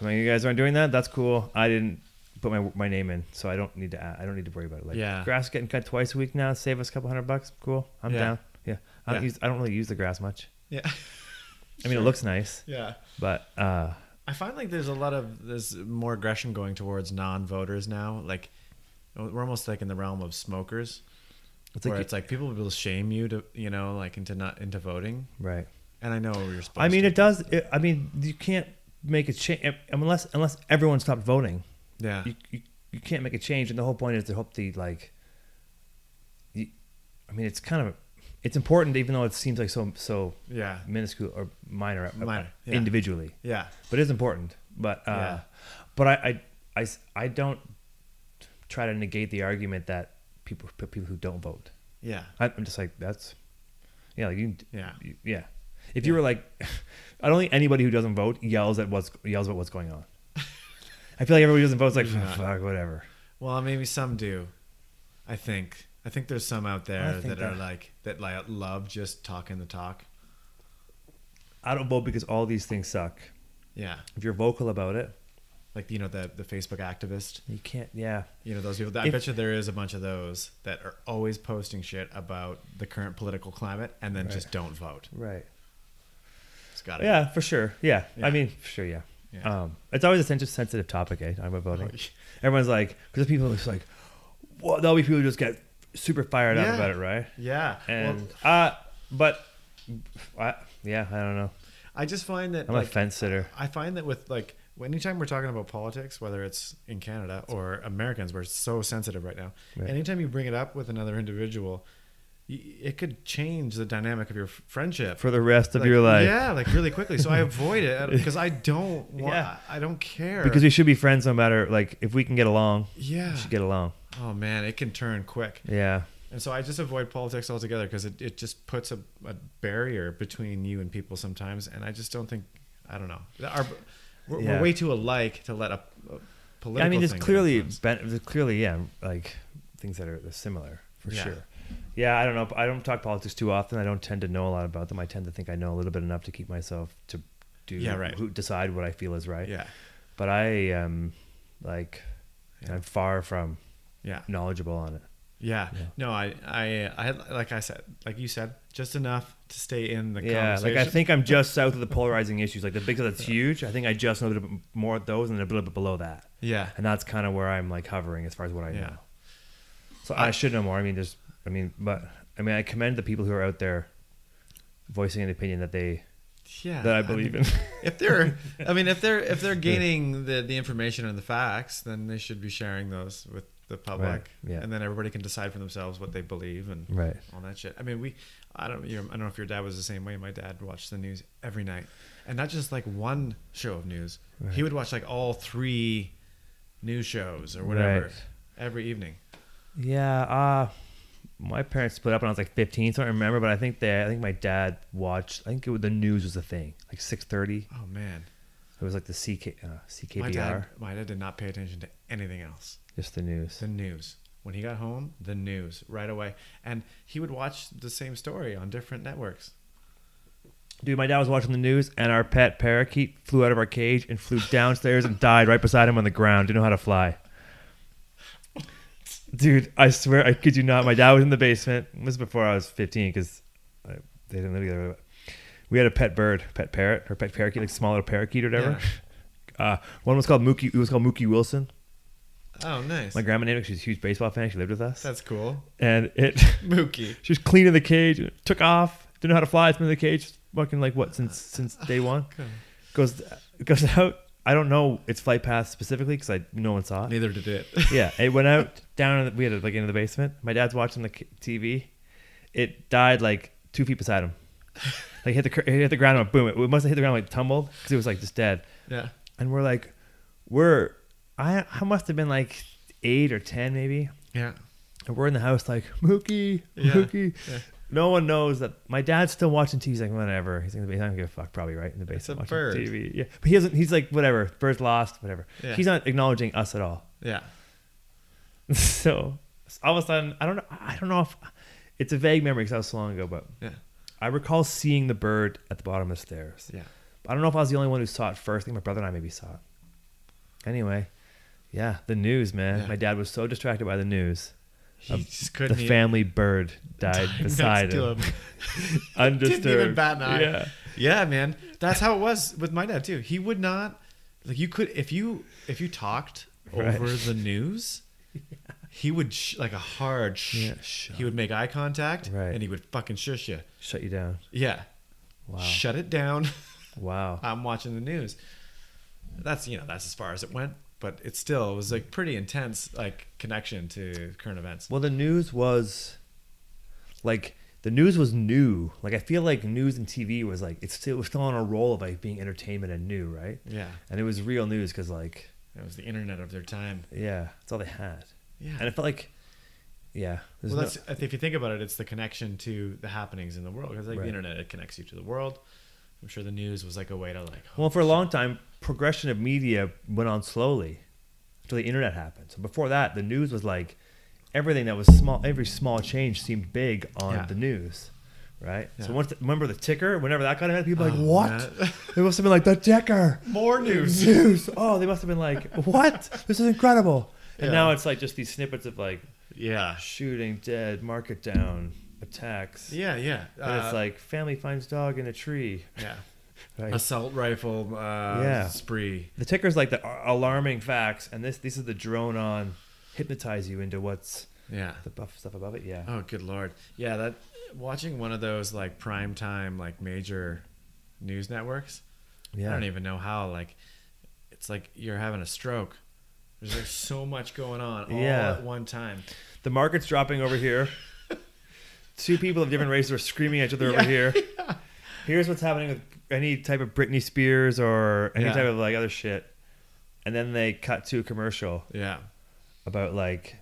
S2: I mean, you guys aren't doing that. That's cool. I didn't put my my name in, so I don't need to. a- I don't need to worry about it. Like,
S1: Yeah.
S2: grass getting cut twice a week now. Save us a couple hundred bucks. Cool. I'm
S1: Yeah.
S2: down. Yeah. I don't
S1: Yeah.
S2: use. I don't really use the grass much.
S1: Yeah,
S2: I mean, it looks nice,
S1: yeah.
S2: but uh,
S1: I find like there's a lot of there's more aggression going towards non-voters now. Like we're almost like in the realm of smokers,
S2: it's
S1: where
S2: like
S1: it's like people will shame you to you know like into not into voting.
S2: right.
S1: And I know you're supposed.
S2: I mean,
S1: to.
S2: it does. It, I mean, you can't make a change unless unless everyone stopped voting.
S1: yeah,
S2: you, you, you can't make a change and the whole point is to hope the like you, i mean it's kind of it's important even though it seems like so so
S1: yeah,
S2: minuscule or minor, uh,
S1: Minor, yeah.
S2: individually
S1: yeah.
S2: but it's important but uh
S1: Yeah.
S2: but I, I- I s- I don't try to negate the argument that people people who don't vote
S1: Yeah.
S2: I, i'm just like that's yeah like you can-
S1: Yeah.
S2: you- yeah if you were like i don't think anybody who doesn't vote yells at what's yells about what's going on i feel like everybody who doesn't vote is like "Oh,
S1: Yeah.
S2: fuck whatever
S1: Well, maybe some do. I think. I think there's some out
S2: I
S1: there
S2: think
S1: that are
S2: that-
S1: like that like love just talking the talk.
S2: I don't vote because all these things suck.
S1: Yeah.
S2: If you're vocal about it,
S1: Like you know the the Facebook activist.
S2: you can't. Yeah,
S1: You know those people. I
S2: If-
S1: bet you there is a bunch of those that are always posting shit about the current political climate and then just don't vote.
S2: right.
S1: It's got to
S2: Yeah, for sure. Yeah,
S1: Yeah.
S2: I mean, for sure. Yeah.
S1: Yeah.
S2: Um, it's always a sensitive, sensitive topic. Eh? Talking about voting, everyone's like, because people are just like, well, there'll be people who just get super fired
S1: Yeah.
S2: up about it, right?
S1: Yeah.
S2: And
S1: well,
S2: uh, but I, yeah, I don't know.
S1: I just find that
S2: I'm
S1: like,
S2: a fence sitter.
S1: I find that with like anytime we're talking about politics, whether it's in Canada or Americans, we're so sensitive right now.
S2: Right.
S1: Anytime you bring it up with another individual, y- it could change the dynamic of your f- friendship
S2: For the rest of
S1: Like,
S2: your life,
S1: Yeah, like really quickly. So I avoid it because I don't want.
S2: Yeah.
S1: I don't care
S2: because we should be friends no matter like if we can get along,
S1: yeah.
S2: we should get along.
S1: oh man, it can turn quick.
S2: Yeah,
S1: And so I just avoid politics altogether because it, it just puts a, a barrier between you and people sometimes. And I just don't think, I don't know. Our, we're, we're
S2: Yeah.
S1: way too alike to let a, a political
S2: I mean, there's
S1: thing
S2: clearly,
S1: influence.
S2: ben, there's clearly, yeah, like things that are they're similar for
S1: Yeah.
S2: sure. Yeah, I don't know. I don't talk politics too often. I don't tend to know a lot about them. I tend to think I know a little bit enough to keep myself to do,
S1: Yeah, right.
S2: who, decide what I feel is right.
S1: Yeah.
S2: But I am like,
S1: Yeah.
S2: I'm far from
S1: Yeah.
S2: knowledgeable on it.
S1: Yeah.
S2: Yeah.
S1: No, I, I, I, like I said, like you said, just enough to stay in the
S2: yeah,
S1: conversation.
S2: like I think I'm just south of the polarizing issues, like the big that's huge. I think I just know a little bit more of those and a little bit below that,
S1: Yeah.
S2: and that's kind of where I'm like hovering as far as what I
S1: Yeah.
S2: know. So I should know more. I mean, there's, I mean, but I mean, I commend the people who are out there voicing an opinion that they
S1: Yeah.
S2: that I
S1: mean,
S2: believe in.
S1: if they're i mean if they're if they're gaining the the information and the facts then they should be sharing those with the public
S2: Right, yeah.
S1: and then everybody can decide for themselves what they believe and
S2: Right.
S1: all that shit i mean we i don't you know, i don't know if your dad was the same way my dad watched the news every night and not just like one show of news he would watch like all three news shows or whatever
S2: Right.
S1: every evening
S2: Yeah. Uh, my parents split up when I was like 15, so I don't remember. But I think they, I think my dad watched. I think it was, the news was the thing, like 6:30.
S1: oh man
S2: It was like the CK, uh, CKBR,
S1: my dad my dad did not pay attention to anything else
S2: just the news.
S1: the news. When he got home, the news right away. And he would watch the same story on different networks.
S2: Dude, my dad was watching the news, and our pet parakeet flew out of our cage and flew downstairs and died right beside him on the ground. Didn't know how to fly. Dude, I swear, I kid you not. My dad was in the basement. This is before I was 15 because they didn't live together. We had a pet bird, pet parrot, or pet parakeet, like small little parakeet or whatever. Uh, one was called Mookie. It was called Mookie Wilson.
S1: Oh, nice.
S2: My grandma named it. 'cause She's a huge baseball fan. She lived with us,
S1: That's cool.
S2: and it
S1: Mookie.
S2: she was cleaning the cage. and it Took off. Didn't know how to fly. It's been in the cage fucking like what since since day one.
S1: God.
S2: Goes goes out. I don't know its flight path specifically because I no one saw it.
S1: Neither did it.
S2: yeah, it went out down. in the- We had it like in the basement. My dad's watching the k- TV. It died like two feet beside him. Like hit the cr- it hit the ground and boom! It must have hit the ground like tumbled because it was like just dead.
S1: Yeah.
S2: And we're like, we're I I must have been like eight or ten maybe,
S1: Yeah.
S2: and we're in the house like Mookie,
S1: Yeah,
S2: Mookie.
S1: yeah.
S2: No one knows that my dad's still watching TV. He's like, whatever. He's like, I don't give a fuck. Probably right in the
S1: It's
S2: basement
S1: a
S2: watching
S1: bird.
S2: TV. Yeah, but he doesn't. He's like, whatever. Bird's lost. Whatever.
S1: Yeah.
S2: He's not acknowledging us at all
S1: Yeah.
S2: so all of a sudden, I don't know. I don't know if it's a vague memory because that was so long ago, but
S1: Yeah.
S2: I recall seeing the bird at the bottom of the stairs.
S1: Yeah.
S2: I don't know if I was the only one who saw it first. I think my brother and I maybe saw it. Anyway, yeah, the news, man.
S1: Yeah.
S2: My dad was so distracted by the news.
S1: He
S2: Um,
S1: just couldn't
S2: the
S1: even-
S2: family bird died
S1: Next
S2: beside
S1: to
S2: him, undisturbed.
S1: Didn't even bat an eye.
S2: Yeah,
S1: Yeah, man. That's how it was with my dad too. He would not like you could if you if you talked
S2: Right.
S1: over the news. He would sh- like a hard shh.
S2: Yeah.
S1: shh. He would make eye contact,
S2: Right.
S1: and he would fucking shush you.
S2: shut you down.
S1: Yeah,
S2: Wow,
S1: shut it down.
S2: wow.
S1: I'm watching the news. That's you know that's as far as it went, but it still was like pretty intense like connection to current events.
S2: Well, the news was like the news was new. Like I feel like news and TV was like it's still it was still on a roll of like being entertainment and new, right?
S1: Yeah,
S2: And it was real news because like
S1: it was the internet of their time.
S2: yeah, that's all they had,
S1: Yeah,
S2: and it felt like yeah. there's
S1: well,
S2: no-
S1: that's if you think about it, it's the connection to the happenings in the world because like
S2: Right.
S1: the internet it connects you to the world. I'm sure the news was like a way to like.
S2: well for a long time progression of media went on slowly until the internet happened. So before that, the news was like everything that was small, every small change seemed big on
S1: Yeah.
S2: the news. Right.
S1: Yeah.
S2: So once, the, remember the ticker. Whenever that got out, people were like,
S1: Oh,
S2: "What?"
S1: man.
S2: They must have been like the ticker.
S1: more news.
S2: Zeus. Oh, they must have been like, what? This is incredible. And
S1: Yeah.
S2: now it's like just these snippets of like
S1: Yeah,
S2: shooting, dead, market down, attacks.
S1: yeah, yeah.
S2: And
S1: Uh,
S2: it's like family finds dog in a tree.
S1: yeah,
S2: Like,
S1: assault rifle. Uh,
S2: Yeah.
S1: spree.
S2: the ticker's like the a- alarming facts, and this this is the drone on hypnotize you into what's
S1: Yeah.
S2: the buff stuff above it. Yeah.
S1: Oh, good lord. Yeah, that watching one of those like prime time like major news networks.
S2: yeah.
S1: I don't even know how. Like, it's like you're having a stroke. There's like so much going on all
S2: Yeah.
S1: at one time.
S2: The market's dropping over here. Two people of different races are screaming at each other
S1: Yeah.
S2: over here. Here's what's happening with any type of Britney Spears or any
S1: Yeah.
S2: type of like other shit. And then they cut to a commercial
S1: Yeah.
S2: about like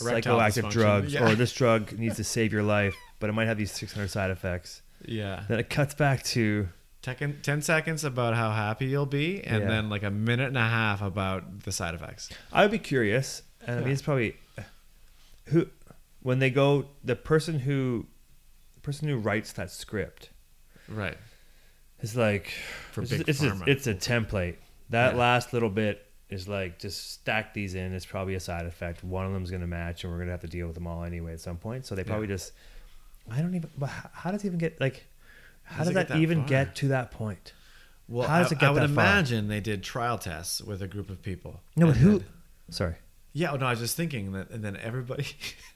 S1: Erectile
S2: psychoactive
S1: dysfunction.
S2: drugs
S1: Yeah.
S2: or this drug needs to save your life, but it might have these 600 side effects.
S1: Yeah.
S2: Then it cuts back to
S1: Ten, 10 seconds about how happy you'll be, and
S2: Yeah.
S1: then like a minute and a half about the side effects.
S2: I would be curious, and I mean,
S1: Yeah.
S2: it's probably uh, who when they go the person who the person who writes that script
S1: Right.
S2: It's like
S1: For
S2: it's,
S1: big
S2: it's
S1: pharma.
S2: A, it's a template. That
S1: Yeah.
S2: last little bit is like just stack these in. It's probably a side effect. One of them's going to match, and we're going to have to deal with them all anyway at some point. So they probably just I don't even. but h- How does it even get like? How
S1: does
S2: does
S1: it get
S2: that
S1: that
S2: even
S1: far?
S2: get to that point?
S1: Well,
S2: How does
S1: I,
S2: it get
S1: I would
S2: that far?
S1: imagine they did trial tests with a group of people.
S2: No, but
S1: And
S2: who?
S1: then-
S2: Sorry.
S1: yeah, oh, no, I was just thinking that, and then everybody,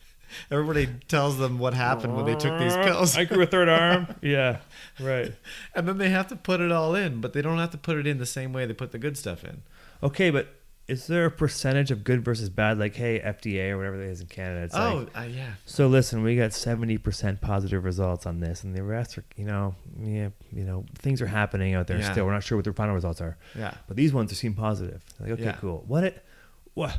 S1: everybody tells them what happened when they took these pills,
S2: Uh, I grew a third arm. yeah. Right.
S1: and then they have to put it all in, but they don't have to put it in the same way they put the good stuff in.
S2: Okay, but is there a percentage of good versus bad? Like, hey, FDA or whatever that is in Canada. It's like,
S1: oh, uh, yeah,
S2: So listen, we got seventy percent positive results on this, and the rest are, you know, yeah, you know, things are happening out there
S1: Yeah.
S2: still. We're not sure what the final results are,
S1: yeah,
S2: but these ones seem positive. Like, okay,
S1: Yeah.
S2: cool. What it, what,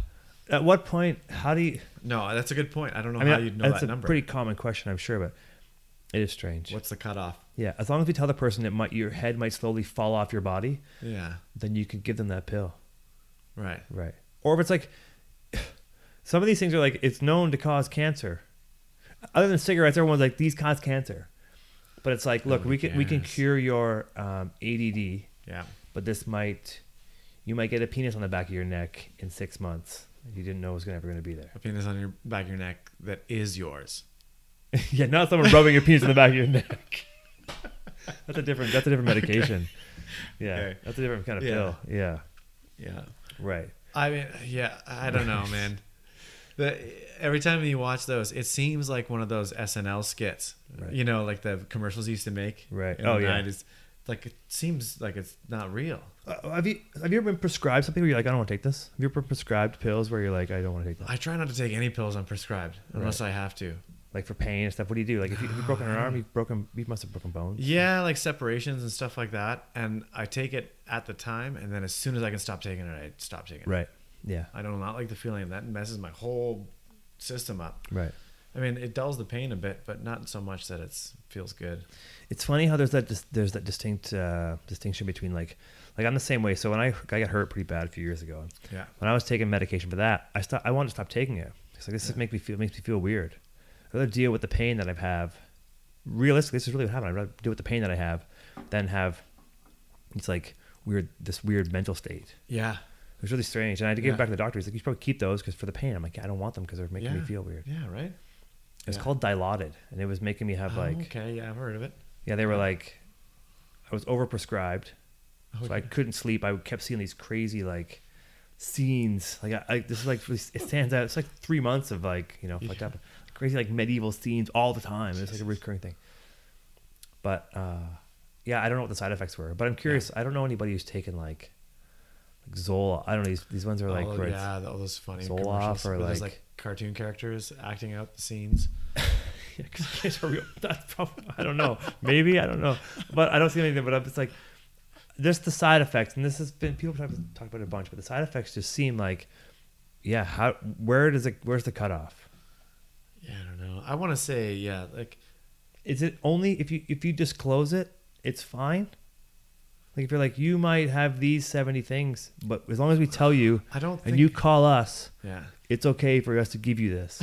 S2: at what point? How do you?
S1: no, that's a good point. I don't know
S2: I mean,
S1: how you'd know
S2: that's
S1: that
S2: a
S1: number.
S2: pretty common question, I'm sure, but it is strange.
S1: What's the cutoff?
S2: Yeah, as long as we tell the person it might, your head might slowly fall off your body,
S1: Yeah,
S2: then you could give them that pill.
S1: right.
S2: Right. Or if it's like some of these things are like it's known to cause cancer. Other than cigarettes, everyone's like these cause cancer. But it's like, look,
S1: Nobody
S2: we can we can
S1: cares.
S2: cure your um, ADD,
S1: Yeah,
S2: but this might you might get a penis on the back of your neck in six months. You didn't know it was gonna- ever going to be there.
S1: a penis on your back of your neck that is yours.
S2: yeah, not someone rubbing your penis on the back of your neck. that's a different. That's a different medication. Yeah,
S1: Okay.
S2: that's a different kind of
S1: Yeah.
S2: pill. Yeah,
S1: Yeah.
S2: right.
S1: I mean, yeah, I don't know, man. The, every time you watch those, it seems like one of those SNL skits.
S2: Right.
S1: You know, like the commercials they used to make.
S2: Right.
S1: in the
S2: Oh, yeah.
S1: 90s. Like it seems like it's not real.
S2: Uh, have you have you ever been prescribed something where you're like, I don't want to take this? Have you ever been prescribed pills where you're like, I don't want to take that?
S1: I try not to take any pills I'm prescribed unless I have to.
S2: Like for pain and stuff. What do you do? Like if, you, if you've broken an arm, you've broken, you must have broken bones.
S1: Yeah, like separations and stuff like that. And I take it at the time, and then as soon as I can stop taking it, I stop taking it.
S2: Right. Yeah.
S1: I do not like the feeling. That messes my whole system up.
S2: Right.
S1: I mean, it dulls the pain a bit, but not so much that it feels good.
S2: It's funny how there's that dis- there's that distinct uh, distinction between like like I'm the same way. So when I I got hurt pretty bad a few years ago,
S1: Yeah.
S2: when I was taking medication for that, I stopped, I wanted to stop taking it. It's like this is make me feel makes me feel weird. I'd rather deal with the pain that I have. Realistically, this is really what happened. I'd rather deal with the pain that I have than have it's like weird this weird mental state.
S1: Yeah.
S2: It was really strange, and I had to give
S1: Yeah.
S2: it back to the doctor. He's like, "You should probably keep those because for the pain." I'm like, "I don't want them because they're making
S1: yeah.
S2: me feel weird."
S1: Yeah, right?
S2: It's
S1: Yeah.
S2: called Dilaudid, and it was making me have
S1: Oh,
S2: like
S1: okay, yeah, I've heard of it.
S2: yeah, they were like, I was overprescribed,
S1: Oh,
S2: so I couldn't sleep. I kept seeing these crazy like scenes. Like I, I this is like really, it stands out. It's like three months of like you know fucked up, crazy like medieval scenes all the time. It's like a recurring thing. But uh, yeah, I don't know what the side effects were. But I'm curious. I don't know anybody who's taken like, like Zola. I don't know these these ones are like
S1: oh,
S2: where it's-
S1: yeah, all those funny
S2: Zoloft
S1: commercials
S2: or
S1: where there's
S2: like-
S1: like cartoon characters acting out the scenes.
S2: Yeah, 'cause you guys are real. That's probably, I don't know. Maybe I don't know, but I don't see anything. But I'm just like, just the side effects, and this has been people talk, talk about it a bunch. But the side effects just seem like, yeah, how where does it? Where's the cutoff?
S1: Yeah, I don't know. I want to say, yeah, like
S2: Is it only if you if you disclose it, it's fine? Like if you're like you might have these seventy things, but as long as we tell you
S1: I don't think
S2: and you call us,
S1: Yeah.
S2: it's okay for us to give you this.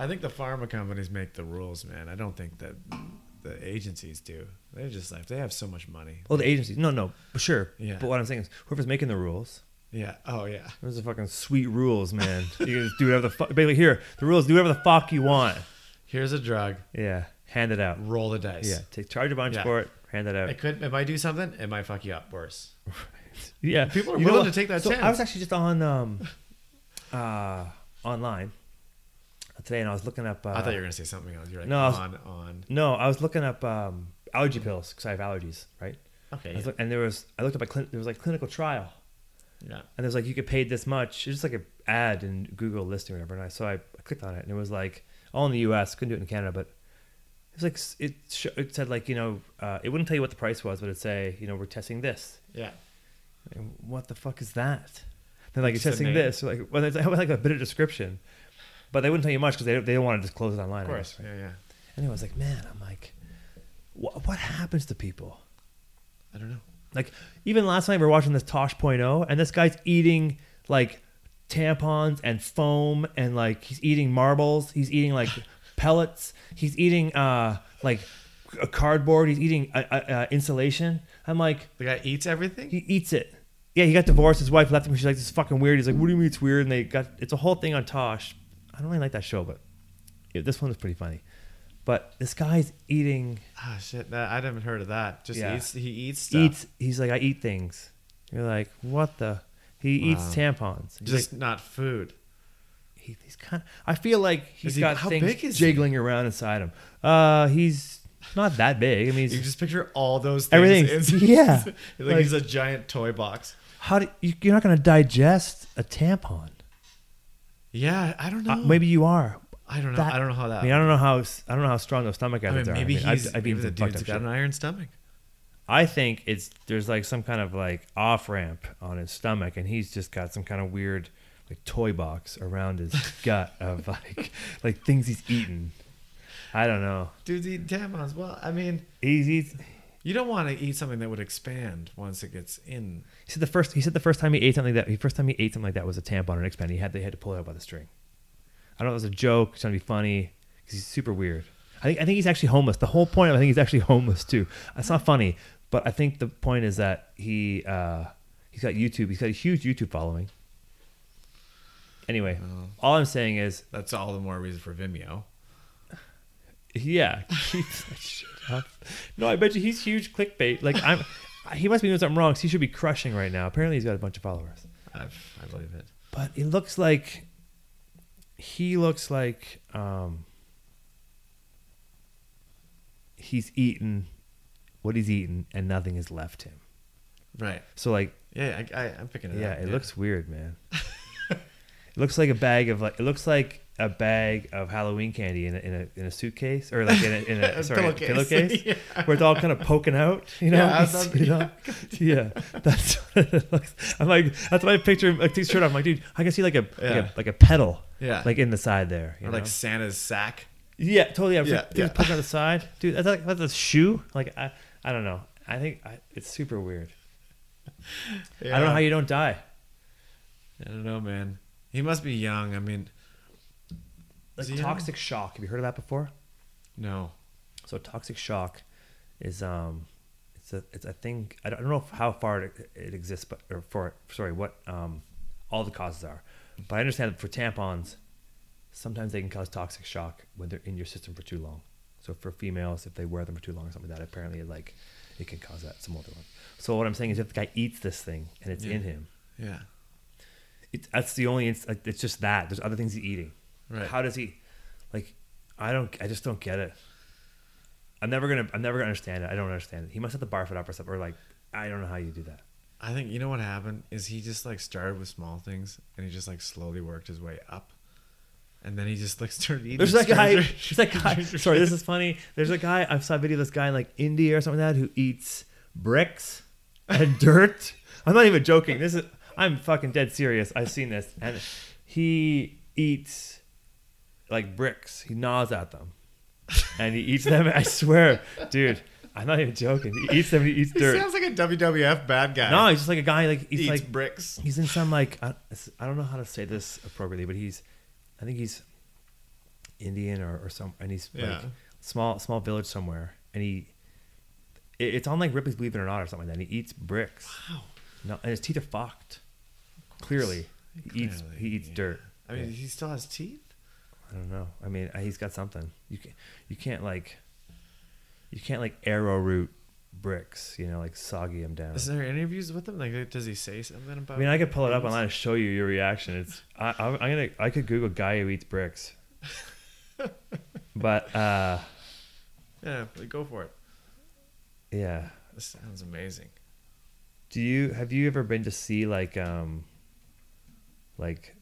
S1: I think the pharma companies make the rules, man. I don't think that the agencies do. They're just like they have so much money.
S2: Oh, the agencies. No, no, sure.
S1: Yeah.
S2: But what I'm saying is, whoever's making the rules,
S1: Yeah. Oh yeah.
S2: Those are fucking sweet rules, man. You can just do whatever the fuck. Basically, here, the rules, do whatever the fuck you want.
S1: Here's a drug.
S2: Yeah, hand it out.
S1: Roll the dice.
S2: Yeah, take charge a bunch
S1: Yeah.
S2: for it, hand it out.
S1: It could. If I do something, it might fuck you up worse.
S2: yeah,
S1: people are
S2: You know
S1: willing
S2: what?
S1: to take that
S2: so I
S1: chance.
S2: was actually just on um, uh, online today, and I was looking up. Uh,
S1: I thought you were gonna say something else. You're like
S2: No, I was-
S1: on on.
S2: No, I was looking up um, allergy pills because I have allergies, right? I
S1: Okay.
S2: was look- and there was I looked up a clin- there was like clinical trial.
S1: yeah.
S2: and there's like you get paid this much. It's just like a ad in Google listing or whatever. And I so I, I clicked on it, and it was like all in the U.S. Couldn't do it in Canada, but it was like s- it sh- it said like you know uh, it wouldn't tell you what the price was, but it'd say you know we're testing this.
S1: Yeah.
S2: And what the fuck is that? They're like
S1: Just
S2: "You're
S1: a
S2: testing
S1: name.
S2: this. Or like well, it's like a bit of description, but they wouldn't tell you much because they don't, they don't want to disclose it online.
S1: Of
S2: I
S1: course.
S2: guess, right?
S1: Yeah. Yeah.
S2: And I was like, man, I'm like, what what happens to people?
S1: I don't know.
S2: Like even last night we were watching this Tosh.0 and this guy's eating like tampons and foam and like he's eating marbles, he's eating like pellets, he's eating uh like c- cardboard, he's eating uh, uh, uh, insulation. I'm like
S1: The guy eats everything.
S2: he eats it. Yeah, he got divorced. His wife left him. She's like, "This is fucking weird." He's like, "What do you mean it's weird?" And they got it's a whole thing on Tosh. I don't really like that show, but yeah, this one was pretty funny. But this guy's eating
S1: Ah shit. That, I haven't heard of that. Just
S2: Yeah.
S1: eats. He eats stuff.
S2: eats. He's like, I eat things. You're like, what the? He eats tampons. He's
S1: Just
S2: like,
S1: not food.
S2: he, he's kind. Of, I feel like he's
S1: Is he-
S2: got
S1: how
S2: things
S1: big is he?
S2: jiggling around inside him. Uh, he's not that big. I mean,
S1: You
S2: he's,
S1: just picture all those things.
S2: Everything's-
S1: in-
S2: yeah.
S1: like,
S2: Like-
S1: he's a giant toy box.
S2: how do you, you're not going to digest a tampon?
S1: Yeah, I don't know.
S2: Uh, maybe you are.
S1: I don't know.
S2: that-
S1: I don't know how that.
S2: I mean, I don't know how s- I don't know how strong those stomach
S1: Uh, I mean,
S2: acids
S1: maybe
S2: are. I mean, I've-
S1: he's
S2: I've,
S1: maybe
S2: eaten
S1: the
S2: some fucked
S1: dude's
S2: up
S1: got
S2: shit.
S1: an iron stomach.
S2: I think it's there's like some kind of like off ramp on his stomach, and he's just got some kind of weird like toy box around his gut of like like things he's eaten. I don't know.
S1: Dude's eating tampons. Well, I mean,
S2: He's, he's
S1: you don't want to eat something that would expand once it gets in.
S2: he said the first he said the first time he ate something that the first time he ate something like that was a tampon or an expand. He had they had to pull it out by the string. I don't know. if It was a joke. It's trying to be funny because he's super weird. I think I think he's actually homeless. The whole point of I think he's actually homeless too. That's not funny, but I think the point is that he uh, he's got YouTube. He's got a huge YouTube following. Anyway, all I'm saying is,
S1: That's all the more reason for Vimeo.
S2: yeah, keep that shit up. No, I bet you he's huge clickbait. Like I'm. he must be doing something wrong. 'cause he should be crushing right now. Apparently, he's got a bunch of followers.
S1: I, I believe it.
S2: But it looks like he looks like um, he's eaten what he's eaten, and nothing has left him.
S1: Right.
S2: So like,
S1: Yeah, I, I, I'm picking it
S2: yeah,
S1: up.
S2: it looks weird, man. it looks like a bag of like it looks like a bag of Halloween candy in a, in a, in a suitcase or like in a, in a,
S1: A
S2: sorry, pillowcase,
S1: pillowcase.
S2: pillowcase where it's all kind of poking out, you know?
S1: Yeah, I thought-
S2: You know? yeah, that's what it looks. I'm like, that's my picture, like t shirt. I'm like, dude, I can see like a like
S1: Yeah.
S2: a, like a pedal,
S1: Yeah.
S2: like in the side there. You
S1: or
S2: know?
S1: like Santa's sack.
S2: yeah, totally. Yeah,
S1: Yeah,
S2: yeah,
S1: yeah.
S2: poking out the side, dude. That's like that's a shoe. Like I, I don't know. I think I, it's super weird. I don't know how you don't die.
S1: I don't know, man. He must be young. I mean,
S2: Like
S1: Is he young?
S2: toxic shock. Have you heard of that before?
S1: no.
S2: So toxic shock is um, it's a it's a thing. I don't, I don't know how far it, it exists, but or for sorry, what um, all the causes are. But I understand that for tampons, sometimes they can cause toxic shock when they're in your system for too long. So for females, if they wear them for too long or something like that, apparently it, like it can cause that some other one. So what I'm saying is, if the guy eats this thing and it's
S1: Yeah.
S2: in him,
S1: Yeah.
S2: it's that's the only it's like it's just that. There's other things he's eating.
S1: Right.
S2: How does he like I don't I just don't get it. I'm never gonna I'm never gonna understand it. I don't understand it. He must have to barf it up or something or like I don't know how you do that.
S1: I think you know what happened is he just like started with small things and he just like slowly worked his way up, and then he just like started eating.
S2: There's that guy
S1: stranger-
S2: there's that guy sorry, this is funny. There's a guy I saw a video of this guy in like India or something like that who eats bricks and dirt. I'm not even joking. This is I'm fucking dead serious. I've seen this. And he eats like bricks. He gnaws at them. And he eats them. I swear, dude, I'm not even joking. He eats them and he eats
S1: He
S2: dirt.
S1: sounds like a WWF bad guy.
S2: No, he's just like a guy. Like he's
S1: eats
S2: like
S1: bricks.
S2: he's in some like I, I don't know how to say this appropriately, but he's I think he's Indian or, or some, and he's like
S1: Yeah.
S2: small small village somewhere, and he it, it's on like Ripley's Believe It or Not or something like that. And he eats bricks.
S1: Wow.
S2: No, and his teeth are fucked. Clearly, he eats
S1: Clearly,
S2: he eats
S1: yeah.
S2: dirt.
S1: I mean, he still has teeth.
S2: I don't know. I mean, I- he's got something. You can you can't like you can't like arrowroot bricks. You know, like soggy them down.
S1: Is there interviews with him? Like, does he say something about?
S2: I mean, I could pull it up
S1: things?
S2: online and show you your reaction. It's I, I'm, I'm gonna I could Google guy who eats bricks, but uh,
S1: Yeah, like, go for it.
S2: yeah.
S1: This sounds amazing.
S2: Do you have you ever been to see like um like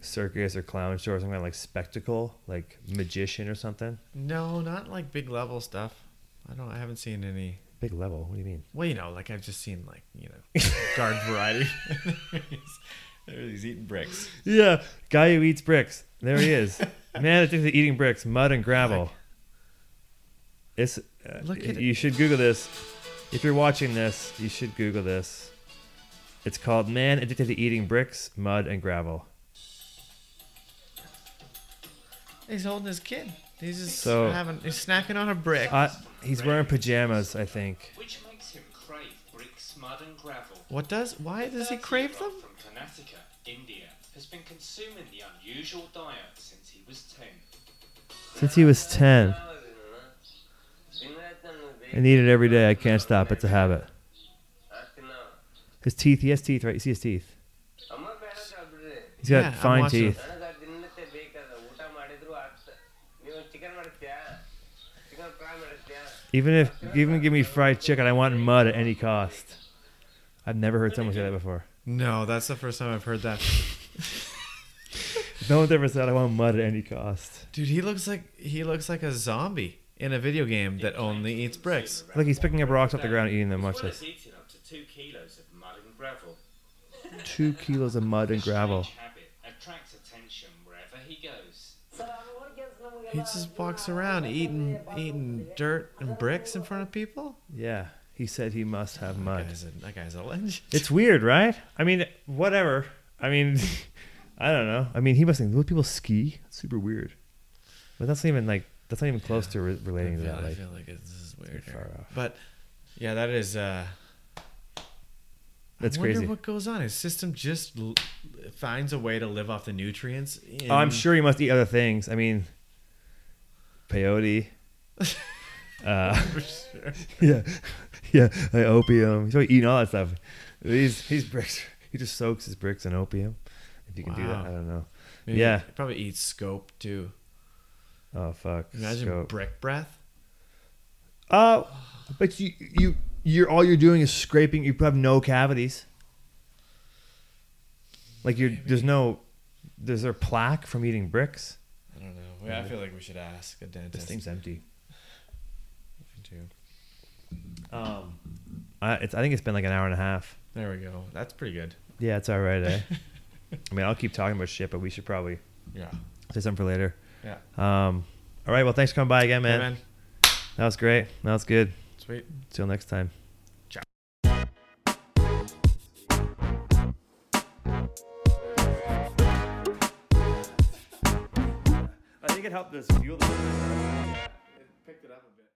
S2: circus or clown show or some kind of like spectacle like magician or something?
S1: No, not like big level stuff. I don't. I haven't seen any.
S2: Big level. What do you mean?
S1: Well, you know, like I've just seen like you know, garden variety. There he's eating bricks.
S2: Yeah, guy who eats bricks. There he is. Man, I think they're eating bricks, mud and gravel. It's. Uh,
S1: Look at
S2: you should Google this. If you're watching this, you should Google this. It's called "Man Addicted to Eating Bricks, Mud, and Gravel."
S1: He's holding his kid. He's just
S2: So-
S1: having. He's snacking on a brick.
S2: Uh, he's wearing pajamas, I think.
S4: Which makes him crave bricks, mud, and gravel.
S1: what does? Why does he
S4: 30-year-old
S1: crave them?
S4: From Karnataka, India, has been consuming the unusual diet since he was 10.
S2: Since he was ten and eat it every day, I can't stop. It's a habit. His teeth. He has teeth, right? You see his teeth. He's got
S1: Yeah, I'm
S2: fine
S1: watching.
S2: teeth. Even if even give me fried chicken, I want mud at any cost. I've never heard someone say that before.
S1: No, that's the first time I've heard that.
S2: No one's ever said I want mud at any cost.
S1: Dude, he looks like he looks like a zombie in a video game that only eats bricks.
S2: Like he's picking up rocks off the ground and eating them. Watch
S4: As well as
S2: this.
S4: eating up to 2 kilos of mud and gravel.
S2: Two kilos of mud and
S4: This
S2: gravel.
S4: strange habit attracts attention wherever he goes.
S1: He just walks around eating eating dirt and bricks in front of people.
S2: Yeah, he said he must have
S1: That
S2: mud.
S1: guy's a, that guy's a legend.
S2: It's weird, right? I mean, whatever. I mean, I don't know. I mean, he must think those people ski. It's super weird. But that's not even like that's not even close to re-
S1: I
S2: relating to
S1: feel,
S2: that.
S1: I
S2: Like,
S1: feel like it's, this is weird.
S2: far off.
S1: But yeah, that is. uh
S2: that's
S1: I wonder
S2: crazy.
S1: what goes on. His system just l- finds a way to live off the nutrients. In,
S2: Oh, I'm sure he must eat other things. I mean, peyote. Uh,
S1: For sure.
S2: yeah, yeah, like opium. He's already eating all that stuff. These these bricks. He just soaks his bricks in opium. If you can do that,
S1: Wow.
S2: I don't know.
S1: Maybe
S2: Yeah.
S1: he Probably eat scope too.
S2: Oh fuck.
S1: Imagine
S2: Scope.
S1: brick breath.
S2: Uh, but you you you're all you're doing is scraping. You have no cavities. Like you're there's no there's there plaque from eating bricks.
S1: I don't know. Yeah, I feel like we should ask a
S2: This
S1: dentist
S2: thing's empty.
S1: too.
S2: Um, I it's I think it's been like an hour and a half.
S1: There we go. That's pretty good.
S2: Yeah, it's all right. Eh? I mean, I'll keep talking about shit, but we should probably
S1: Yeah.
S2: say something for later.
S1: Yeah.
S2: Um, all right. Well, thanks for coming by again,
S1: Hey,
S2: man. That was great. That was good.
S1: Sweet.
S2: Till next time. I think it helped us fuel.
S5: Picked it up a bit.